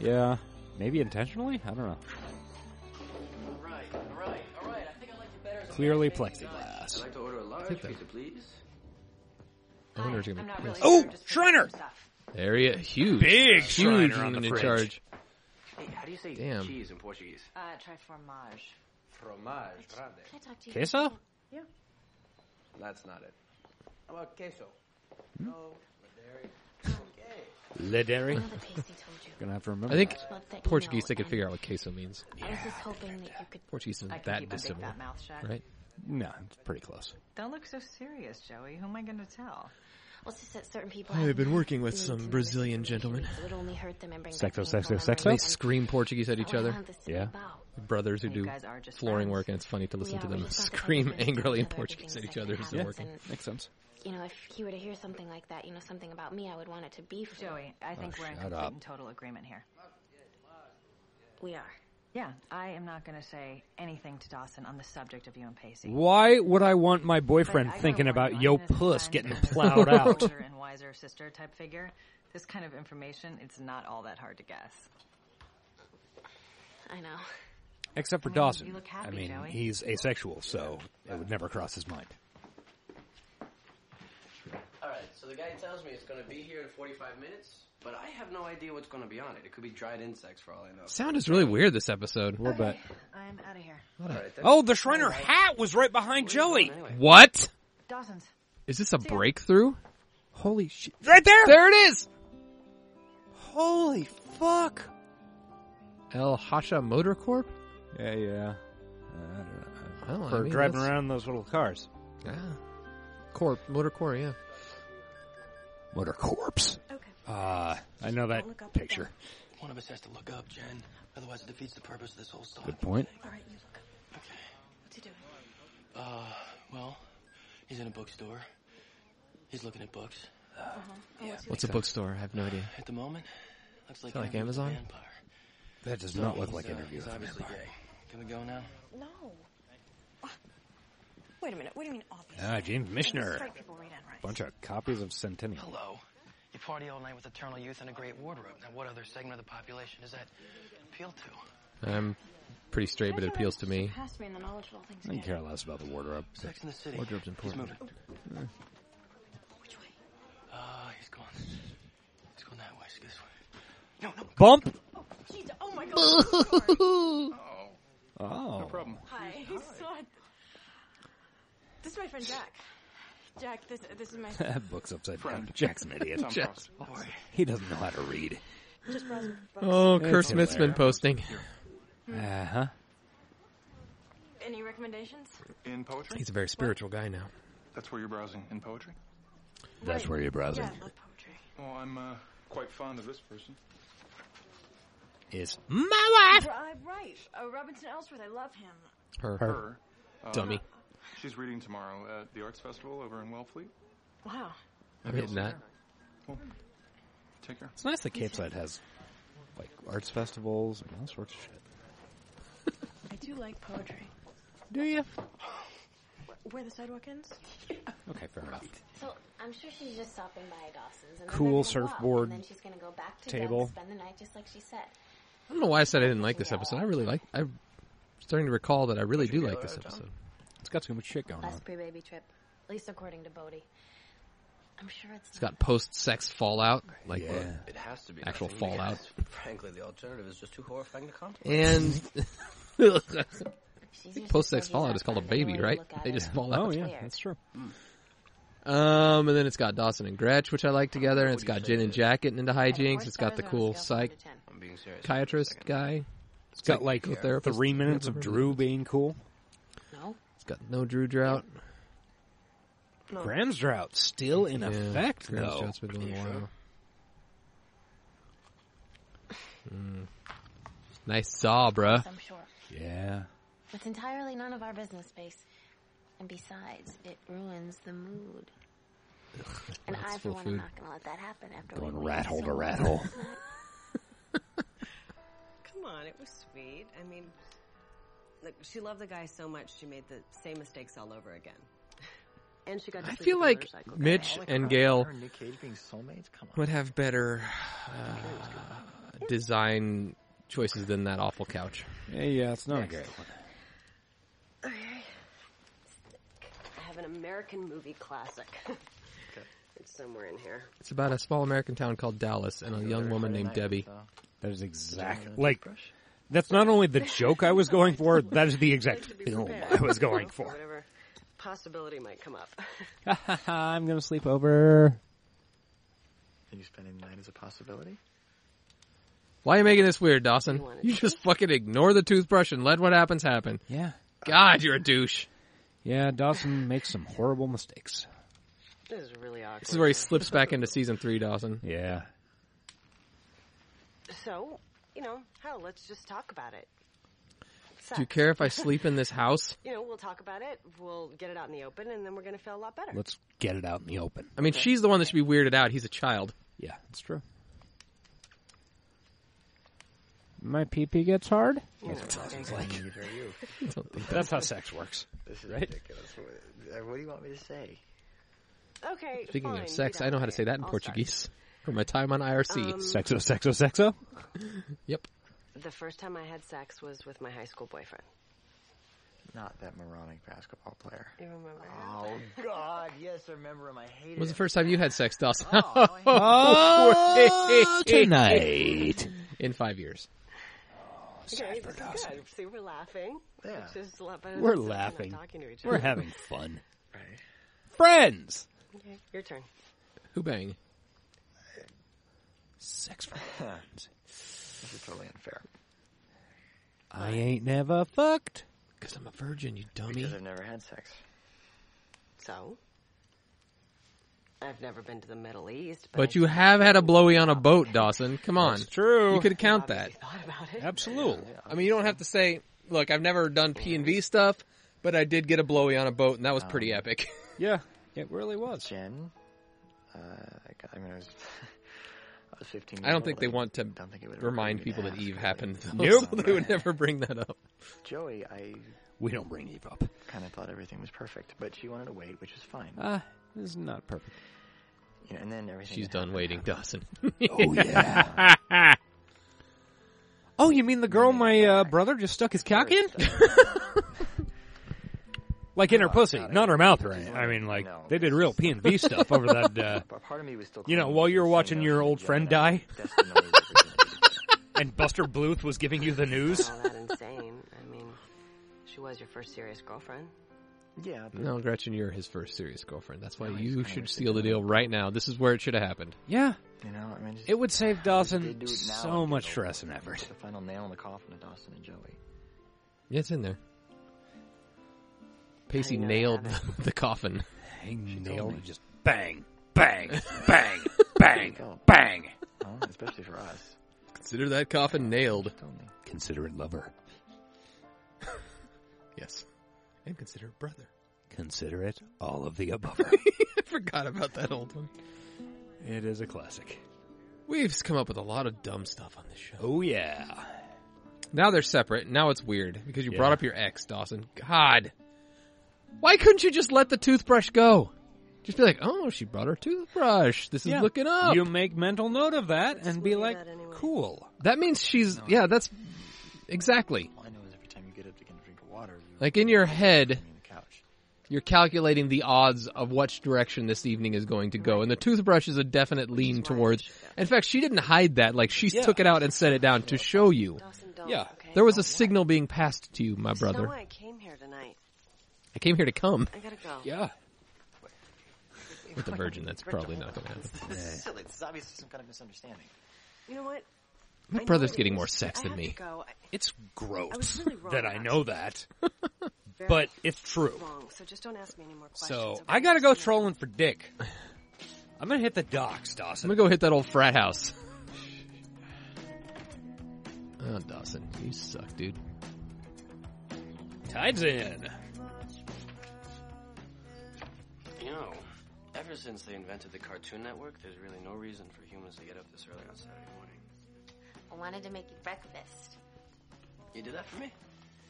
[SPEAKER 2] Yeah. Maybe intentionally? I don't know.
[SPEAKER 4] All right, all right, all right. I think I like you better. as a
[SPEAKER 2] Clearly
[SPEAKER 4] matchmaking design.
[SPEAKER 2] plexiglass.
[SPEAKER 4] I'd like to order a large
[SPEAKER 3] think that-
[SPEAKER 4] pizza, please.
[SPEAKER 3] Owner's gonna
[SPEAKER 5] I'm
[SPEAKER 3] be
[SPEAKER 5] not really
[SPEAKER 3] pissed.
[SPEAKER 5] sure,
[SPEAKER 2] Oh,
[SPEAKER 5] just
[SPEAKER 2] Shriner!
[SPEAKER 5] stuff.
[SPEAKER 3] There he is. Huge.
[SPEAKER 2] Big
[SPEAKER 3] huge
[SPEAKER 2] Shriner on the
[SPEAKER 3] and in
[SPEAKER 2] fridge.
[SPEAKER 3] charge.
[SPEAKER 4] Hey, how do you say
[SPEAKER 3] Damn.
[SPEAKER 4] cheese in Portuguese?
[SPEAKER 5] Uh, try fromage.
[SPEAKER 9] Fromage grande.
[SPEAKER 11] Can I talk to you?
[SPEAKER 2] Queso?
[SPEAKER 9] That's not it. How about queso? No, but dairy. Okay.
[SPEAKER 2] Le Dairy.
[SPEAKER 11] The pasty told you.
[SPEAKER 2] Gonna have to remember.
[SPEAKER 3] I think
[SPEAKER 11] Just let that you
[SPEAKER 3] Portuguese
[SPEAKER 11] know,
[SPEAKER 3] they could
[SPEAKER 11] and
[SPEAKER 3] figure out what queso means.
[SPEAKER 11] I was just hoping that you could.
[SPEAKER 3] Portuguese
[SPEAKER 12] I
[SPEAKER 3] isn't
[SPEAKER 12] can
[SPEAKER 3] that
[SPEAKER 12] keep a big
[SPEAKER 3] dissimilar,
[SPEAKER 12] fat mouth shut.
[SPEAKER 3] right?
[SPEAKER 2] No, it's pretty close.
[SPEAKER 12] Don't look so serious, Joey. Who am I going to tell?
[SPEAKER 11] Well, it's just that certain people.
[SPEAKER 3] I've
[SPEAKER 11] have
[SPEAKER 3] been working with
[SPEAKER 11] needs
[SPEAKER 3] some
[SPEAKER 11] and other
[SPEAKER 3] Brazilian
[SPEAKER 11] situations
[SPEAKER 3] gentlemen.
[SPEAKER 11] that would only hurt them and bring
[SPEAKER 2] Sexo,
[SPEAKER 11] back painful
[SPEAKER 2] sexo,
[SPEAKER 11] memories,
[SPEAKER 2] sexo?
[SPEAKER 3] They
[SPEAKER 11] and
[SPEAKER 3] scream Portuguese at
[SPEAKER 11] I
[SPEAKER 3] each
[SPEAKER 11] wouldn't
[SPEAKER 3] other.
[SPEAKER 11] want this to be
[SPEAKER 2] Yeah.
[SPEAKER 11] about.
[SPEAKER 3] Brothers who
[SPEAKER 12] You
[SPEAKER 3] do
[SPEAKER 12] guys are just
[SPEAKER 3] flooring
[SPEAKER 12] friends.
[SPEAKER 3] work, and it's funny to listen
[SPEAKER 11] Yeah,
[SPEAKER 3] to
[SPEAKER 11] we
[SPEAKER 3] them
[SPEAKER 11] just thought that
[SPEAKER 3] scream
[SPEAKER 11] everything
[SPEAKER 3] angrily in
[SPEAKER 11] about other
[SPEAKER 3] Portuguese at
[SPEAKER 11] things
[SPEAKER 3] each
[SPEAKER 11] that
[SPEAKER 3] other
[SPEAKER 11] could
[SPEAKER 3] isn't
[SPEAKER 11] happen
[SPEAKER 3] working.
[SPEAKER 11] and,
[SPEAKER 2] Makes sense.
[SPEAKER 11] you know, if he were to hear something like that, you know, something about me, I would want it to be for
[SPEAKER 12] Joey,
[SPEAKER 3] Oh,
[SPEAKER 12] I think we're in
[SPEAKER 2] shut
[SPEAKER 12] complete
[SPEAKER 2] up.
[SPEAKER 12] and total agreement here.
[SPEAKER 11] we are.
[SPEAKER 12] Yeah, I am not going to say anything to Dawson on the subject of you and Pacey.
[SPEAKER 2] Why would I want my
[SPEAKER 12] But I
[SPEAKER 2] boyfriend
[SPEAKER 12] gotta
[SPEAKER 2] thinking
[SPEAKER 12] warn
[SPEAKER 2] about
[SPEAKER 12] you, I'm
[SPEAKER 2] yo
[SPEAKER 12] gonna
[SPEAKER 2] puss
[SPEAKER 12] defend
[SPEAKER 2] getting
[SPEAKER 12] this
[SPEAKER 2] plowed out?
[SPEAKER 12] older and wiser sister type figure. This kind of information, it's not all that hard to guess.
[SPEAKER 11] I know.
[SPEAKER 2] Except for
[SPEAKER 12] I mean,
[SPEAKER 2] Dawson.
[SPEAKER 12] you look happy,
[SPEAKER 2] I mean,
[SPEAKER 12] Joey.
[SPEAKER 2] he's asexual, so it would never cross his mind.
[SPEAKER 4] All right. So the guy tells me it's going to be here in 45 minutes, but I have no idea what's going to be on it. It could be dried insects for all I know.
[SPEAKER 3] Sound is really weird this episode. We're
[SPEAKER 2] But
[SPEAKER 12] I'm out of here.
[SPEAKER 4] All right, then.
[SPEAKER 2] oh, the Shriner hat was right behind Joey.
[SPEAKER 4] Anyway,
[SPEAKER 3] what?
[SPEAKER 12] Dawson's.
[SPEAKER 3] Is this a breakthrough?
[SPEAKER 2] Holy shit! Right there.
[SPEAKER 3] There it is.
[SPEAKER 2] Holy fuck!
[SPEAKER 3] El Hasha Motor Corp.
[SPEAKER 2] Yeah, yeah.
[SPEAKER 3] Well, I
[SPEAKER 2] For
[SPEAKER 3] mean,
[SPEAKER 2] driving
[SPEAKER 3] that's-
[SPEAKER 2] around in those little cars.
[SPEAKER 3] Yeah. Corp, Motor Corp, yeah.
[SPEAKER 2] Motor Corpse.
[SPEAKER 5] Okay.
[SPEAKER 2] Uh, I know that
[SPEAKER 5] look up at
[SPEAKER 2] picture.
[SPEAKER 4] One of us has to look up, Jen. Otherwise, it defeats the purpose of this whole story.
[SPEAKER 2] Good point.
[SPEAKER 5] All right, you look.
[SPEAKER 4] Okay.
[SPEAKER 5] What's he doing?
[SPEAKER 4] Uh, well, he's in a bookstore. He's looking at books.
[SPEAKER 5] Oh, what's he
[SPEAKER 3] What's a bookstore? I have no idea.
[SPEAKER 4] At the moment, looks like,
[SPEAKER 3] that like
[SPEAKER 4] Interview with
[SPEAKER 3] Amazon?
[SPEAKER 4] a Vampire.
[SPEAKER 2] That does
[SPEAKER 4] So
[SPEAKER 2] not look
[SPEAKER 4] he's,
[SPEAKER 2] like
[SPEAKER 4] uh,
[SPEAKER 2] interview
[SPEAKER 4] he's
[SPEAKER 2] with a
[SPEAKER 4] obviously
[SPEAKER 2] vampire.
[SPEAKER 4] gay. Can we go now?
[SPEAKER 5] like? No. Wait a minute. What do you mean obvious?
[SPEAKER 2] Ah, James Michener.
[SPEAKER 5] Straight people read unright.
[SPEAKER 2] Bunch of copies of Centennial.
[SPEAKER 4] Hello. You party all night with eternal youth and a great wardrobe. Now, what other segment of the population does that appeal to?
[SPEAKER 3] I'm pretty straight, but it appeals to me.
[SPEAKER 11] Pass me in the knowledge of all things.
[SPEAKER 2] I didn't care less about the wardrobe.
[SPEAKER 4] Sex in the City.
[SPEAKER 3] Wardrobe's
[SPEAKER 4] He's
[SPEAKER 3] important.
[SPEAKER 4] moving.
[SPEAKER 5] Which way?
[SPEAKER 4] Ah, he's gone. He's gone that way. So this way. No, no.
[SPEAKER 2] Bump.
[SPEAKER 5] Oh, jeez. Oh my god. I'm sorry.
[SPEAKER 2] Oh,
[SPEAKER 8] Problem.
[SPEAKER 5] Hi. So I- This is my friend Jack. Jack, this this is my friend.
[SPEAKER 2] that book's upside down. Jack's an idiot.
[SPEAKER 8] Tom Frost.
[SPEAKER 4] Don't worry.
[SPEAKER 2] He doesn't know how to read.
[SPEAKER 5] Just browsing books.
[SPEAKER 3] Oh, Kerr
[SPEAKER 2] It's
[SPEAKER 3] Smith's been
[SPEAKER 2] hilarious.
[SPEAKER 3] posting.
[SPEAKER 2] Uh huh.
[SPEAKER 11] Any recommendations?
[SPEAKER 8] In poetry?
[SPEAKER 3] He's a very spiritual guy now.
[SPEAKER 8] That's where you're browsing. In poetry?
[SPEAKER 7] That's where you're browsing.
[SPEAKER 8] Well, I'm uh, quite fond of this person.
[SPEAKER 7] Is
[SPEAKER 11] My wife. Right. Oh, Robinson Ellsworth. I love him.
[SPEAKER 3] Her.
[SPEAKER 8] Her.
[SPEAKER 3] Dummy.
[SPEAKER 8] She's reading tomorrow at the Arts Festival over in Wellfleet.
[SPEAKER 11] Wow.
[SPEAKER 3] I'm hitting that.
[SPEAKER 8] Well, take care.
[SPEAKER 7] It's nice that Cape Side has like arts festivals and all sorts of shit.
[SPEAKER 5] I do like poetry.
[SPEAKER 3] Do you?
[SPEAKER 5] Where the sidewalk ends?
[SPEAKER 7] Okay, fair enough.
[SPEAKER 11] So I'm sure she's just stopping by Dawson's. And then
[SPEAKER 7] Cool
[SPEAKER 11] they're gonna walk,
[SPEAKER 7] surfboard
[SPEAKER 11] and then she's gonna go back to
[SPEAKER 3] table.
[SPEAKER 11] Doug's, spend the night just like she said.
[SPEAKER 3] I don't know why I said I didn't like this episode. I really like. I'm starting to recall that I really do like this episode.
[SPEAKER 2] It's got so much shit going
[SPEAKER 11] Last pre-baby trip, at least according to Bodie. I'm sure it's.
[SPEAKER 3] It's got post-sex fallout, like
[SPEAKER 4] Yeah.
[SPEAKER 3] uh,
[SPEAKER 4] It has to be.
[SPEAKER 3] actual
[SPEAKER 4] I think,
[SPEAKER 3] fallout,
[SPEAKER 4] because, Frankly, the alternative is just too horrifying to contemplate.
[SPEAKER 3] and
[SPEAKER 11] She's used to
[SPEAKER 3] post-sex
[SPEAKER 11] Bodie's
[SPEAKER 3] fallout is called a
[SPEAKER 11] effort, any
[SPEAKER 3] baby,
[SPEAKER 11] way you
[SPEAKER 3] right?
[SPEAKER 11] look at
[SPEAKER 3] They
[SPEAKER 11] it.
[SPEAKER 3] just fall out.
[SPEAKER 11] It's weird.
[SPEAKER 2] Oh, true.
[SPEAKER 3] Um, and then it's got Dawson and Gretch, which I like together, and it's got Gin and Jack getting into hijinks. It's got the cool psych psychiatrist guy. It's
[SPEAKER 2] It's got like
[SPEAKER 3] psychotherapist.
[SPEAKER 2] three minutes of Drew being cool.
[SPEAKER 11] No.
[SPEAKER 3] It's got no Drew drought.
[SPEAKER 2] Mm. Graham's drought still in
[SPEAKER 3] Yeah,
[SPEAKER 2] effect
[SPEAKER 3] Graham's
[SPEAKER 2] though.
[SPEAKER 3] drought's been going a while. Mm. Nice saw, bruh.
[SPEAKER 11] I'm sure.
[SPEAKER 7] Yeah.
[SPEAKER 11] It's entirely none of our business, Base. And besides, it ruins the mood. And
[SPEAKER 7] Mouth's
[SPEAKER 11] I, for
[SPEAKER 7] full of
[SPEAKER 11] one,
[SPEAKER 7] food.
[SPEAKER 11] am not going to let that happen after
[SPEAKER 7] Going
[SPEAKER 11] we waited
[SPEAKER 7] rat hole
[SPEAKER 11] so
[SPEAKER 7] to rat
[SPEAKER 11] long.
[SPEAKER 7] hole.
[SPEAKER 10] Come on, it was sweet. I mean, look, she loved the guy so much she made the same mistakes all over again. And she got. To
[SPEAKER 3] I
[SPEAKER 10] sleep
[SPEAKER 3] feel
[SPEAKER 10] with
[SPEAKER 3] like
[SPEAKER 10] motorcycle guy.
[SPEAKER 3] Mitch and Gail would have better uh, design choices than that awful couch.
[SPEAKER 2] Yeah, yeah, it's not a great one.
[SPEAKER 10] I have an American movie classic. It's somewhere in here.
[SPEAKER 3] It's about a small American town called Dallas and a young woman named Debbie.
[SPEAKER 2] That is exactly like that's not only the joke I was going for. That is the exact film Oh, I was going for.
[SPEAKER 10] Whatever possibility might come up.
[SPEAKER 2] I'm gonna sleep over.
[SPEAKER 13] And you spending the night is a possibility?
[SPEAKER 3] Why are you making this weird, Dawson? You just fucking ignore the toothbrush and let what happens happen.
[SPEAKER 2] Yeah.
[SPEAKER 3] God, you're a douche.
[SPEAKER 2] Yeah, Dawson makes some horrible mistakes.
[SPEAKER 10] This is really awkward.
[SPEAKER 3] This is where he slips back into season three, Dawson.
[SPEAKER 2] Yeah.
[SPEAKER 10] So, you know, hell, let's just talk about it.
[SPEAKER 3] Do you care if I sleep in this house?
[SPEAKER 10] You know, we'll talk about it. We'll get it out in the open, and then we're going to feel a lot better.
[SPEAKER 2] Let's get it out in the open.
[SPEAKER 3] I mean, she's the one that should be weirded out. He's a child.
[SPEAKER 2] Yeah, it's true. My pee pee gets hard. That's what Dawson's like. That's how sex works.
[SPEAKER 13] This is
[SPEAKER 2] right?
[SPEAKER 13] ridiculous. What, uh, what do you want me to say?
[SPEAKER 10] Okay.
[SPEAKER 3] Speaking
[SPEAKER 10] fine,
[SPEAKER 3] of sex,
[SPEAKER 10] do
[SPEAKER 3] I know how to say that in
[SPEAKER 10] I'll start.
[SPEAKER 3] Portuguese for my time on IRC.
[SPEAKER 10] Um,
[SPEAKER 2] Sexo, sexo, sexo.
[SPEAKER 3] Yep.
[SPEAKER 10] The first time I had sex was with my high school boyfriend.
[SPEAKER 13] Not that moronic basketball player.
[SPEAKER 10] You remember?
[SPEAKER 13] Oh God, yes, I remember him. I hated
[SPEAKER 3] When was the
[SPEAKER 13] him.
[SPEAKER 3] first time you had sex, Dawson?
[SPEAKER 7] Oh,
[SPEAKER 2] Uh,
[SPEAKER 3] Wait.
[SPEAKER 7] tonight.
[SPEAKER 3] In five years.
[SPEAKER 10] Okay, this is good. See, we're laughing, which is a lot better.
[SPEAKER 2] We're
[SPEAKER 10] than sitting and
[SPEAKER 2] laughing.
[SPEAKER 10] not talking to each
[SPEAKER 2] We're
[SPEAKER 10] other.
[SPEAKER 2] having fun. Friends.
[SPEAKER 10] Okay, your turn.
[SPEAKER 3] Who bang?
[SPEAKER 2] Sex
[SPEAKER 13] friends. this is totally unfair.
[SPEAKER 2] I ain't never fucked.
[SPEAKER 3] Because I'm a virgin, you dummy.
[SPEAKER 13] Because I've never had sex.
[SPEAKER 10] So, I've never been to the Middle East, but,
[SPEAKER 3] But you have had a blowy on a boat, Dawson. Come on.
[SPEAKER 2] That's true.
[SPEAKER 3] You could count that.
[SPEAKER 10] thought about it.
[SPEAKER 2] Absolutely.
[SPEAKER 3] I mean, you don't have to say, look, I've never done P and V stuff, but I did get a blowy on a boat, and that was
[SPEAKER 13] Um,
[SPEAKER 3] pretty epic.
[SPEAKER 2] Yeah, it really was.
[SPEAKER 13] Jen, uh, I, got- I mean, I was, I was 15.
[SPEAKER 3] I
[SPEAKER 13] years
[SPEAKER 3] don't think
[SPEAKER 13] old.
[SPEAKER 3] they want to
[SPEAKER 13] don't think it would
[SPEAKER 3] remind
[SPEAKER 13] occur to me to
[SPEAKER 3] people that
[SPEAKER 13] ask,
[SPEAKER 3] Eve
[SPEAKER 13] really.
[SPEAKER 3] happened. Though,
[SPEAKER 13] Nope.
[SPEAKER 3] so they would never bring that up.
[SPEAKER 13] Joey, I
[SPEAKER 2] We don't bring Eve up.
[SPEAKER 13] kind of thought everything was perfect, but she wanted to wait, which is fine.
[SPEAKER 2] Ah, this is not perfect.
[SPEAKER 13] You know, and then everything.
[SPEAKER 3] She's
[SPEAKER 13] that happened
[SPEAKER 3] done waiting, Dawson.
[SPEAKER 7] Oh yeah.
[SPEAKER 2] Oh, you mean the girl my uh, brother just stuck his cock in? like in her pussy, not her mouth, right? I mean, like they did real P and V stuff over that. Uh,
[SPEAKER 13] But part of me was still.
[SPEAKER 2] you know,
[SPEAKER 13] clinging
[SPEAKER 2] while
[SPEAKER 13] to
[SPEAKER 2] you were
[SPEAKER 13] this,
[SPEAKER 2] watching
[SPEAKER 13] know,
[SPEAKER 2] your old
[SPEAKER 13] Jen,
[SPEAKER 2] friend
[SPEAKER 13] I-
[SPEAKER 2] die,
[SPEAKER 13] that's the noise that we're gonna do.
[SPEAKER 2] and Buster Bluth was giving you the news.
[SPEAKER 10] All that insane. I mean, she was your first serious girlfriend.
[SPEAKER 13] Yeah, but
[SPEAKER 3] No, Gretchen, you're his first serious girlfriend. That's why you should seal the deal right now. This is where it should have happened.
[SPEAKER 2] Yeah,
[SPEAKER 13] you know, I mean, just
[SPEAKER 2] it would save
[SPEAKER 13] they do
[SPEAKER 2] Dawson
[SPEAKER 13] it now
[SPEAKER 2] so
[SPEAKER 13] and
[SPEAKER 2] much
[SPEAKER 13] get
[SPEAKER 2] stress and
[SPEAKER 13] over it.
[SPEAKER 2] effort.
[SPEAKER 13] The final nail in the coffin of Dawson and Joey.
[SPEAKER 3] Yeah, it's in there. Pacey nailed the, the coffin.
[SPEAKER 2] He
[SPEAKER 13] nailed
[SPEAKER 2] nailed
[SPEAKER 13] me.
[SPEAKER 2] it. Just bang, bang, bang, bang, bang.
[SPEAKER 13] Oh, especially for us.
[SPEAKER 3] Consider that coffin nailed.
[SPEAKER 2] Consider it lover.
[SPEAKER 3] yes. And consider it brother.
[SPEAKER 2] Consider it all of the above.
[SPEAKER 3] I forgot about that old one.
[SPEAKER 2] It is a classic.
[SPEAKER 3] We've come up with a lot of dumb stuff on this show.
[SPEAKER 2] Oh yeah.
[SPEAKER 3] Now they're separate. Now it's weird because you
[SPEAKER 2] Yeah.
[SPEAKER 3] brought up your ex, Dawson. God. Why couldn't you just let the toothbrush go? Just be like, oh, she brought her toothbrush. This is
[SPEAKER 2] Yeah.
[SPEAKER 3] looking up.
[SPEAKER 2] You make mental note of that and be like, cool.
[SPEAKER 3] That means she's, yeah, that's exactly.
[SPEAKER 13] All I know is every time you get up to get a drink of water, you
[SPEAKER 3] Like in your head,
[SPEAKER 13] on the couch.
[SPEAKER 3] you're calculating the odds of which direction this evening is going to go. And the toothbrush is a definite lean towards. In fact, she didn't hide that. Like she
[SPEAKER 2] Yeah.
[SPEAKER 3] took it out and set it down to show you.
[SPEAKER 10] Oh,
[SPEAKER 2] Yeah.
[SPEAKER 3] There
[SPEAKER 12] Oh,
[SPEAKER 3] was a signal being passed to you, my
[SPEAKER 10] Just know
[SPEAKER 3] brother.
[SPEAKER 10] why I came here tonight.
[SPEAKER 3] I came here to come.
[SPEAKER 10] I gotta go.
[SPEAKER 2] Yeah.
[SPEAKER 3] With the virgin, that's probably not going to happen.
[SPEAKER 13] This is silly. This is obviously some kind of misunderstanding.
[SPEAKER 10] You know what? I
[SPEAKER 3] My
[SPEAKER 10] know
[SPEAKER 3] brother's
[SPEAKER 10] it
[SPEAKER 3] getting
[SPEAKER 10] is.
[SPEAKER 3] more sex
[SPEAKER 10] I
[SPEAKER 3] than
[SPEAKER 10] have to
[SPEAKER 3] me.
[SPEAKER 10] go. I-
[SPEAKER 2] It's
[SPEAKER 10] I
[SPEAKER 2] gross
[SPEAKER 10] was really wrong
[SPEAKER 2] that I
[SPEAKER 10] about
[SPEAKER 2] know
[SPEAKER 10] you.
[SPEAKER 2] that,
[SPEAKER 10] Very
[SPEAKER 2] but it's true.
[SPEAKER 10] Wrong. So just don't ask me any more questions.
[SPEAKER 2] So
[SPEAKER 10] okay?
[SPEAKER 2] I gotta go trolling for dick. I'm gonna hit the docks, Dawson.
[SPEAKER 3] I'm gonna go hit that old frat house. Oh, Dawson, you suck, dude.
[SPEAKER 2] Tides in.
[SPEAKER 4] You know, ever since they invented the Cartoon Network, there's really no reason for humans to get up this early on Saturday morning.
[SPEAKER 11] I wanted to make you breakfast.
[SPEAKER 4] You did that for me?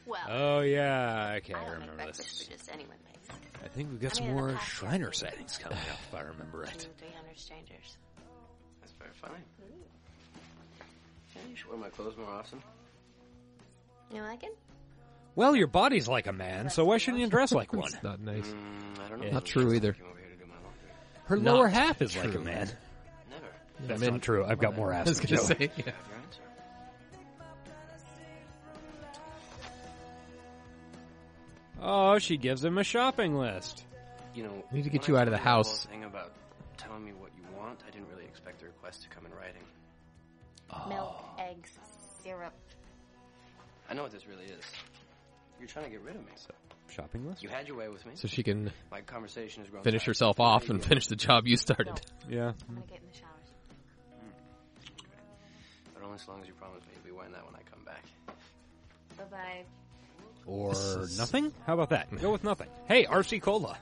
[SPEAKER 11] Well,
[SPEAKER 2] Oh yeah, okay,
[SPEAKER 11] I
[SPEAKER 2] I
[SPEAKER 11] don't make
[SPEAKER 2] remember
[SPEAKER 11] breakfast
[SPEAKER 2] this.
[SPEAKER 11] for just anyone makes. it.
[SPEAKER 2] I think we've got
[SPEAKER 11] I
[SPEAKER 2] some
[SPEAKER 11] mean, in the
[SPEAKER 2] more
[SPEAKER 11] past,
[SPEAKER 2] Shriner sightings coming up, if I remember right.
[SPEAKER 11] Two, three hundred strangers.
[SPEAKER 4] That's very funny. Yeah, you should wear my clothes more often.
[SPEAKER 11] You like it?
[SPEAKER 2] Well, your body's like a man, so why shouldn't you dress like one?
[SPEAKER 3] It's not nice.
[SPEAKER 2] Mm,
[SPEAKER 4] Mm, I don't know.
[SPEAKER 3] Not true either.
[SPEAKER 2] Her
[SPEAKER 3] Not
[SPEAKER 2] lower half is like a
[SPEAKER 3] true.
[SPEAKER 2] man.
[SPEAKER 4] Never.
[SPEAKER 2] That's
[SPEAKER 3] Men-
[SPEAKER 2] not true. I've got more ass.
[SPEAKER 3] I was
[SPEAKER 2] than
[SPEAKER 3] gonna
[SPEAKER 2] Joey.
[SPEAKER 3] say, yeah.
[SPEAKER 4] Have your answer.
[SPEAKER 2] Oh, she gives him a shopping list.
[SPEAKER 4] You know,
[SPEAKER 3] Need to get
[SPEAKER 4] when
[SPEAKER 3] you
[SPEAKER 4] I
[SPEAKER 3] out of the
[SPEAKER 4] told her whole
[SPEAKER 3] house.
[SPEAKER 4] Thing about telling me what you want, I didn't really expect the request to come in writing.
[SPEAKER 11] Milk, eggs, syrup.
[SPEAKER 4] I know what this really is. You're trying to get rid of me.
[SPEAKER 2] Shopping list?
[SPEAKER 4] You had your way with me.
[SPEAKER 3] So she can
[SPEAKER 4] My conversation has grown.
[SPEAKER 3] finish
[SPEAKER 4] tired.
[SPEAKER 3] herself off and finish the job you started.
[SPEAKER 2] Yeah.
[SPEAKER 11] I'm gonna get in the shower.
[SPEAKER 4] But only as long as you promise me you'll be wearing that when I come back.
[SPEAKER 11] Bye bye.
[SPEAKER 2] Or
[SPEAKER 3] This is-
[SPEAKER 2] nothing? How about that? Go with nothing. Hey, RC Cola.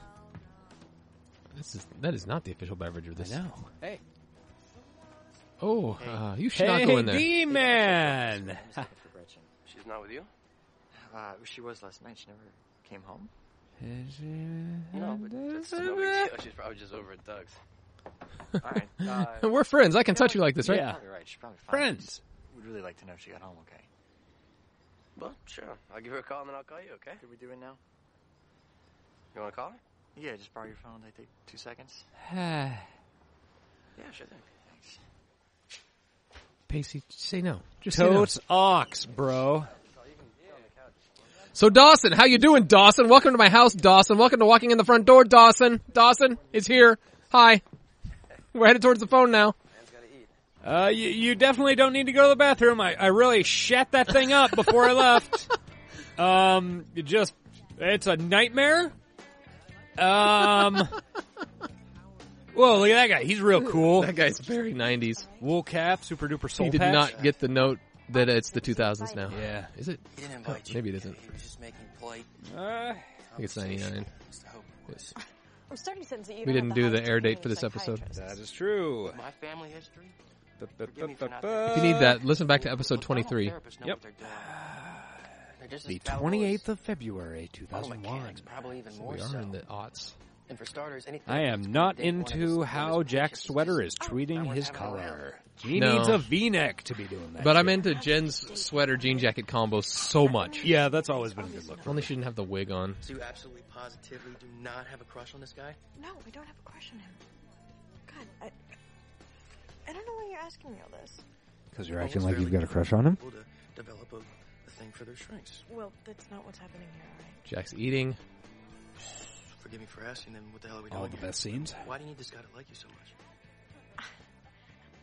[SPEAKER 3] This is that is not the official beverage of this.
[SPEAKER 2] Hey.
[SPEAKER 3] Oh, uh, you should
[SPEAKER 2] Hey,
[SPEAKER 3] not go in there.
[SPEAKER 2] D-Man.
[SPEAKER 13] For Gretchen.
[SPEAKER 4] She's not with you.
[SPEAKER 13] Uh, she was last night. She never came home.
[SPEAKER 4] No, but that's no big deal. She's probably just over at Doug's.
[SPEAKER 13] All right. Uh,
[SPEAKER 3] We're friends. I can touch you like this, right?
[SPEAKER 2] Yeah.
[SPEAKER 13] Probably right. She's probably fine.
[SPEAKER 2] Friends.
[SPEAKER 13] We'd really like to know if she got home okay.
[SPEAKER 4] Well, sure. I'll give her a call and then I'll call you. Okay.
[SPEAKER 13] Could we do it now?
[SPEAKER 4] You want to call her?
[SPEAKER 13] Yeah, just borrow your phone. They take two seconds.
[SPEAKER 4] Yeah, sure thing.
[SPEAKER 13] Thanks.
[SPEAKER 3] Pacey, say no. Just say no.
[SPEAKER 2] Totes Ox, bro.
[SPEAKER 3] So Dawson, how you doing, Dawson? Welcome to my house, Dawson. Welcome to walking in the front door, Dawson. Dawson is here. Hi. We're headed towards the phone now.
[SPEAKER 2] Uh, you, you definitely don't need to go to the bathroom. I, I really shat that thing up before I left. Um, it just, it's a nightmare. Um, whoa, look at that guy. He's real cool.
[SPEAKER 3] That guy's very 90s.
[SPEAKER 2] Wool cap, super duper soul
[SPEAKER 3] He did
[SPEAKER 2] patch.
[SPEAKER 3] not get the note that it's the 2000s now.
[SPEAKER 2] Yeah.
[SPEAKER 3] Is it?
[SPEAKER 13] He didn't
[SPEAKER 3] Oh, maybe it isn't.
[SPEAKER 13] He was just making polite.
[SPEAKER 2] Uh,
[SPEAKER 3] I think it's 99.
[SPEAKER 5] I'm starting to sense that you
[SPEAKER 3] We
[SPEAKER 5] don't
[SPEAKER 3] didn't
[SPEAKER 5] have
[SPEAKER 3] do
[SPEAKER 5] the
[SPEAKER 3] the
[SPEAKER 5] house
[SPEAKER 3] air
[SPEAKER 5] to
[SPEAKER 3] date
[SPEAKER 5] be
[SPEAKER 3] for
[SPEAKER 5] a
[SPEAKER 3] this episode.
[SPEAKER 5] psychiatrist.
[SPEAKER 2] that is true.
[SPEAKER 13] My family history.
[SPEAKER 2] If
[SPEAKER 13] Forgive me for not thinking.
[SPEAKER 3] If you need that, listen back to episode
[SPEAKER 13] Look, normal
[SPEAKER 3] 23.
[SPEAKER 13] therapists know
[SPEAKER 2] Yep.
[SPEAKER 13] what they're doing. They're just as
[SPEAKER 2] The
[SPEAKER 13] fallible
[SPEAKER 2] 28th
[SPEAKER 13] as
[SPEAKER 2] of February,
[SPEAKER 13] auto
[SPEAKER 2] 2001.
[SPEAKER 13] mechanics, Probably even more
[SPEAKER 3] We are in
[SPEAKER 13] so.
[SPEAKER 3] the aughts.
[SPEAKER 13] And for starters, anything.
[SPEAKER 2] I am not into how Jack Sweater is treating his collar. He
[SPEAKER 3] No.
[SPEAKER 2] needs a V-neck to be doing that.
[SPEAKER 3] But I'm
[SPEAKER 2] shit.
[SPEAKER 3] into Jen's sweater jean jacket combo so much.
[SPEAKER 2] Yeah, that's always been a good look.
[SPEAKER 3] Only she didn't have the wig on.
[SPEAKER 13] So you absolutely positively do not have a crush on this guy?
[SPEAKER 5] No, I don't have a crush on him. God, I, I don't know why you're asking me all this.
[SPEAKER 2] Because
[SPEAKER 13] Well, it's fairly people to develop a, a thing for their shrinks.
[SPEAKER 5] Well, that's not what's happening here, all right?
[SPEAKER 3] Jack's eating.
[SPEAKER 13] Forgive me for asking them what the hell are we
[SPEAKER 2] All
[SPEAKER 13] doing
[SPEAKER 2] the
[SPEAKER 13] here?
[SPEAKER 2] best scenes.
[SPEAKER 13] Why do you need this guy to like you so much?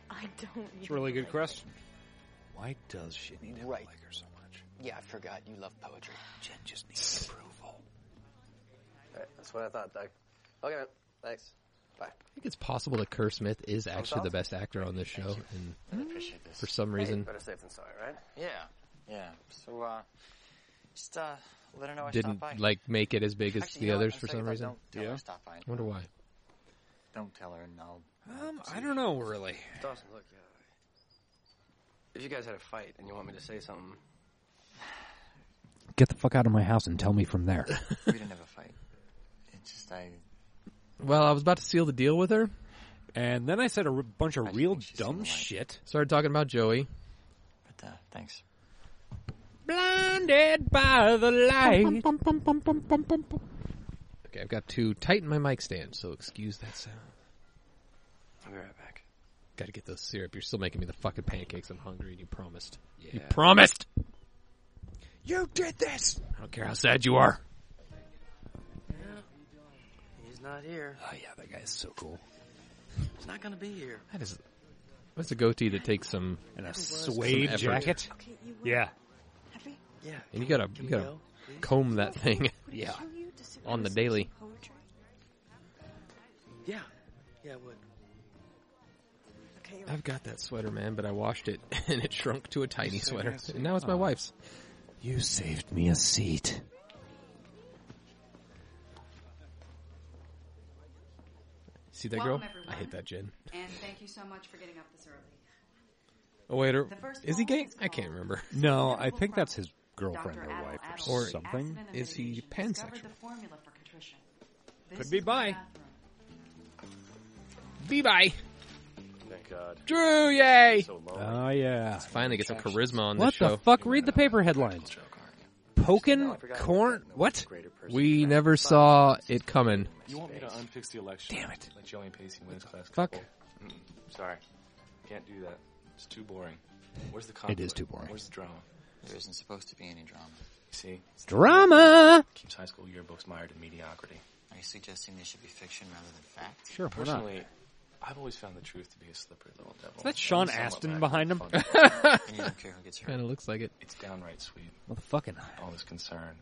[SPEAKER 5] I don't.
[SPEAKER 2] It's a
[SPEAKER 5] need
[SPEAKER 2] really
[SPEAKER 5] to
[SPEAKER 2] good
[SPEAKER 5] like-
[SPEAKER 2] question. Why does she need him
[SPEAKER 13] Right.
[SPEAKER 2] to like her so much?
[SPEAKER 13] Yeah, I forgot you love poetry.
[SPEAKER 2] Jen just needs approval.
[SPEAKER 4] Right, that's what I thought, Doug. Okay, man. Thanks. Bye.
[SPEAKER 3] I think it's possible that Kerr Smith is actually
[SPEAKER 4] Sounds
[SPEAKER 3] the best actor on this show, and
[SPEAKER 13] I appreciate this.
[SPEAKER 3] for some reason
[SPEAKER 4] Better safe than sorry, right?
[SPEAKER 13] Yeah, yeah. So, uh, just uh, let her know I stopped
[SPEAKER 3] didn't
[SPEAKER 13] by.
[SPEAKER 3] like make it as big as
[SPEAKER 13] Actually,
[SPEAKER 3] the
[SPEAKER 13] you know what?
[SPEAKER 3] others
[SPEAKER 13] On
[SPEAKER 3] for
[SPEAKER 13] second
[SPEAKER 3] some
[SPEAKER 13] thought,
[SPEAKER 3] reason.
[SPEAKER 13] Don't tell her I stopped by.
[SPEAKER 3] I wonder why.
[SPEAKER 13] Don't tell her, and I'll.
[SPEAKER 2] Um, I don't know really.
[SPEAKER 4] Dawson, look, yeah. If you guys had a fight and you want me to say something,
[SPEAKER 7] Get the fuck out of my house and tell me from there.
[SPEAKER 13] we didn't have a fight. It's just I.
[SPEAKER 3] Well, I was about to seal the deal with her,
[SPEAKER 2] and then I said a r- bunch of real dumb shit.
[SPEAKER 3] Started talking about Joey.
[SPEAKER 13] But uh, thanks.
[SPEAKER 2] Blinded by the light.
[SPEAKER 3] Okay, I've got to tighten my mic stand, so excuse that sound.
[SPEAKER 4] I'll be right back.
[SPEAKER 3] Got to get those syrup. You're still making me the fucking pancakes. I'm hungry, and you promised. You
[SPEAKER 2] Yeah.
[SPEAKER 3] promised.
[SPEAKER 2] You did this.
[SPEAKER 3] I don't care how sad you are.
[SPEAKER 4] he's not here.
[SPEAKER 2] Oh yeah, that guy's so cool.
[SPEAKER 4] He's not gonna be here.
[SPEAKER 3] That is. That's a goatee that takes some and a
[SPEAKER 2] suede jacket?
[SPEAKER 4] Okay,
[SPEAKER 2] you will. Yeah.
[SPEAKER 4] Happy? Yeah.
[SPEAKER 3] And you gotta
[SPEAKER 4] Can
[SPEAKER 3] you
[SPEAKER 4] we
[SPEAKER 3] gotta
[SPEAKER 4] go, please?
[SPEAKER 3] comb that thing.
[SPEAKER 4] Yeah.
[SPEAKER 3] On the daily.
[SPEAKER 4] Yeah. Yeah, I would. Okay.
[SPEAKER 3] I've got that sweater, man, but I washed it and it shrunk to a tiny
[SPEAKER 7] saved
[SPEAKER 3] sweater.
[SPEAKER 7] me a seat.
[SPEAKER 3] And now it's my
[SPEAKER 7] Aw.
[SPEAKER 3] wife's.
[SPEAKER 7] You saved me a seat.
[SPEAKER 3] See that
[SPEAKER 14] Welcome,
[SPEAKER 3] girl? I
[SPEAKER 14] everyone.
[SPEAKER 3] hate that gin.
[SPEAKER 14] And thank you so much for getting up this early.
[SPEAKER 3] Oh wait, or,
[SPEAKER 14] The first
[SPEAKER 3] is he
[SPEAKER 14] call
[SPEAKER 3] gay? I can't remember.
[SPEAKER 2] No, I think that's his
[SPEAKER 14] girlfriend or Dr. wife or Adel Adel something. accident
[SPEAKER 3] Is he pansexual?
[SPEAKER 14] Discovered the formula for contrition. This
[SPEAKER 3] Could be
[SPEAKER 14] is the
[SPEAKER 3] bi.
[SPEAKER 14] bathroom.
[SPEAKER 3] Be bye.
[SPEAKER 6] Thank God.
[SPEAKER 3] Drew, yay!
[SPEAKER 2] Oh yeah. Let's
[SPEAKER 3] finally get some charisma on
[SPEAKER 2] What
[SPEAKER 3] this
[SPEAKER 2] the
[SPEAKER 3] show.
[SPEAKER 2] fuck? Read the paper headlines. Poking corn. What?
[SPEAKER 3] We never saw it coming.
[SPEAKER 6] You want me to unfix the election? Damn it. Like Joey and Pacey wins class.
[SPEAKER 3] fuck?
[SPEAKER 6] couple? Mm-mm. Sorry. Can't do that. It's too boring. Where's the
[SPEAKER 7] It
[SPEAKER 6] conflict?
[SPEAKER 7] is too boring.
[SPEAKER 6] Where's the drama?
[SPEAKER 13] There isn't supposed to be any drama.
[SPEAKER 6] See? It's the-
[SPEAKER 7] Drama!
[SPEAKER 6] Keeps high school yearbooks mired in mediocrity.
[SPEAKER 13] Are you suggesting they should be fiction rather than fact?
[SPEAKER 7] Sure, why not?
[SPEAKER 6] Personally, I've always found the truth to be a slippery little devil.
[SPEAKER 2] Is that Sean
[SPEAKER 6] Somewhat
[SPEAKER 2] Astin
[SPEAKER 6] lacking
[SPEAKER 2] behind him?
[SPEAKER 6] fun. And you don't care who gets hurt.
[SPEAKER 3] Kinda looks like it.
[SPEAKER 6] It's downright sweet.
[SPEAKER 2] Motherfucking
[SPEAKER 6] All this concern.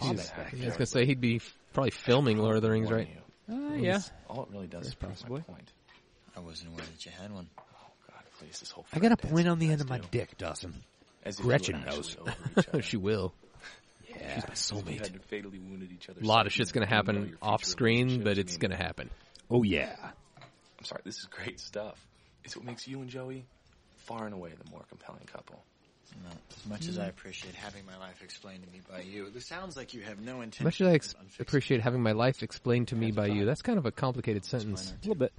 [SPEAKER 3] He's- I was gonna say he'd be f- probably filming Lord of the Rings, right?
[SPEAKER 2] Uh,
[SPEAKER 3] yeah.
[SPEAKER 6] All it really does is prove my point.
[SPEAKER 13] I wasn't aware that you had one. Oh
[SPEAKER 6] God, please, this whole.
[SPEAKER 2] I got a point on the end of my dick, Dawson.
[SPEAKER 6] As if you
[SPEAKER 2] Gretchen
[SPEAKER 6] were
[SPEAKER 2] knows.
[SPEAKER 6] actually over
[SPEAKER 3] she will.
[SPEAKER 2] Yeah. She's my
[SPEAKER 6] We
[SPEAKER 2] soulmate.
[SPEAKER 6] had fatally wounded each other.
[SPEAKER 3] A lot of shit's gonna happen off screen, but it's gonna happen.
[SPEAKER 2] Oh yeah.
[SPEAKER 6] I'm sorry, this is great stuff. It's what makes you and Joey far and away the more compelling couple.
[SPEAKER 13] No, as much as I appreciate having my life explained to me by you, this sounds like you have no
[SPEAKER 3] As
[SPEAKER 13] intention.
[SPEAKER 3] much as I ex- appreciate having my life explained to me by you, that's kind of a complicated sentence. A
[SPEAKER 7] little bit.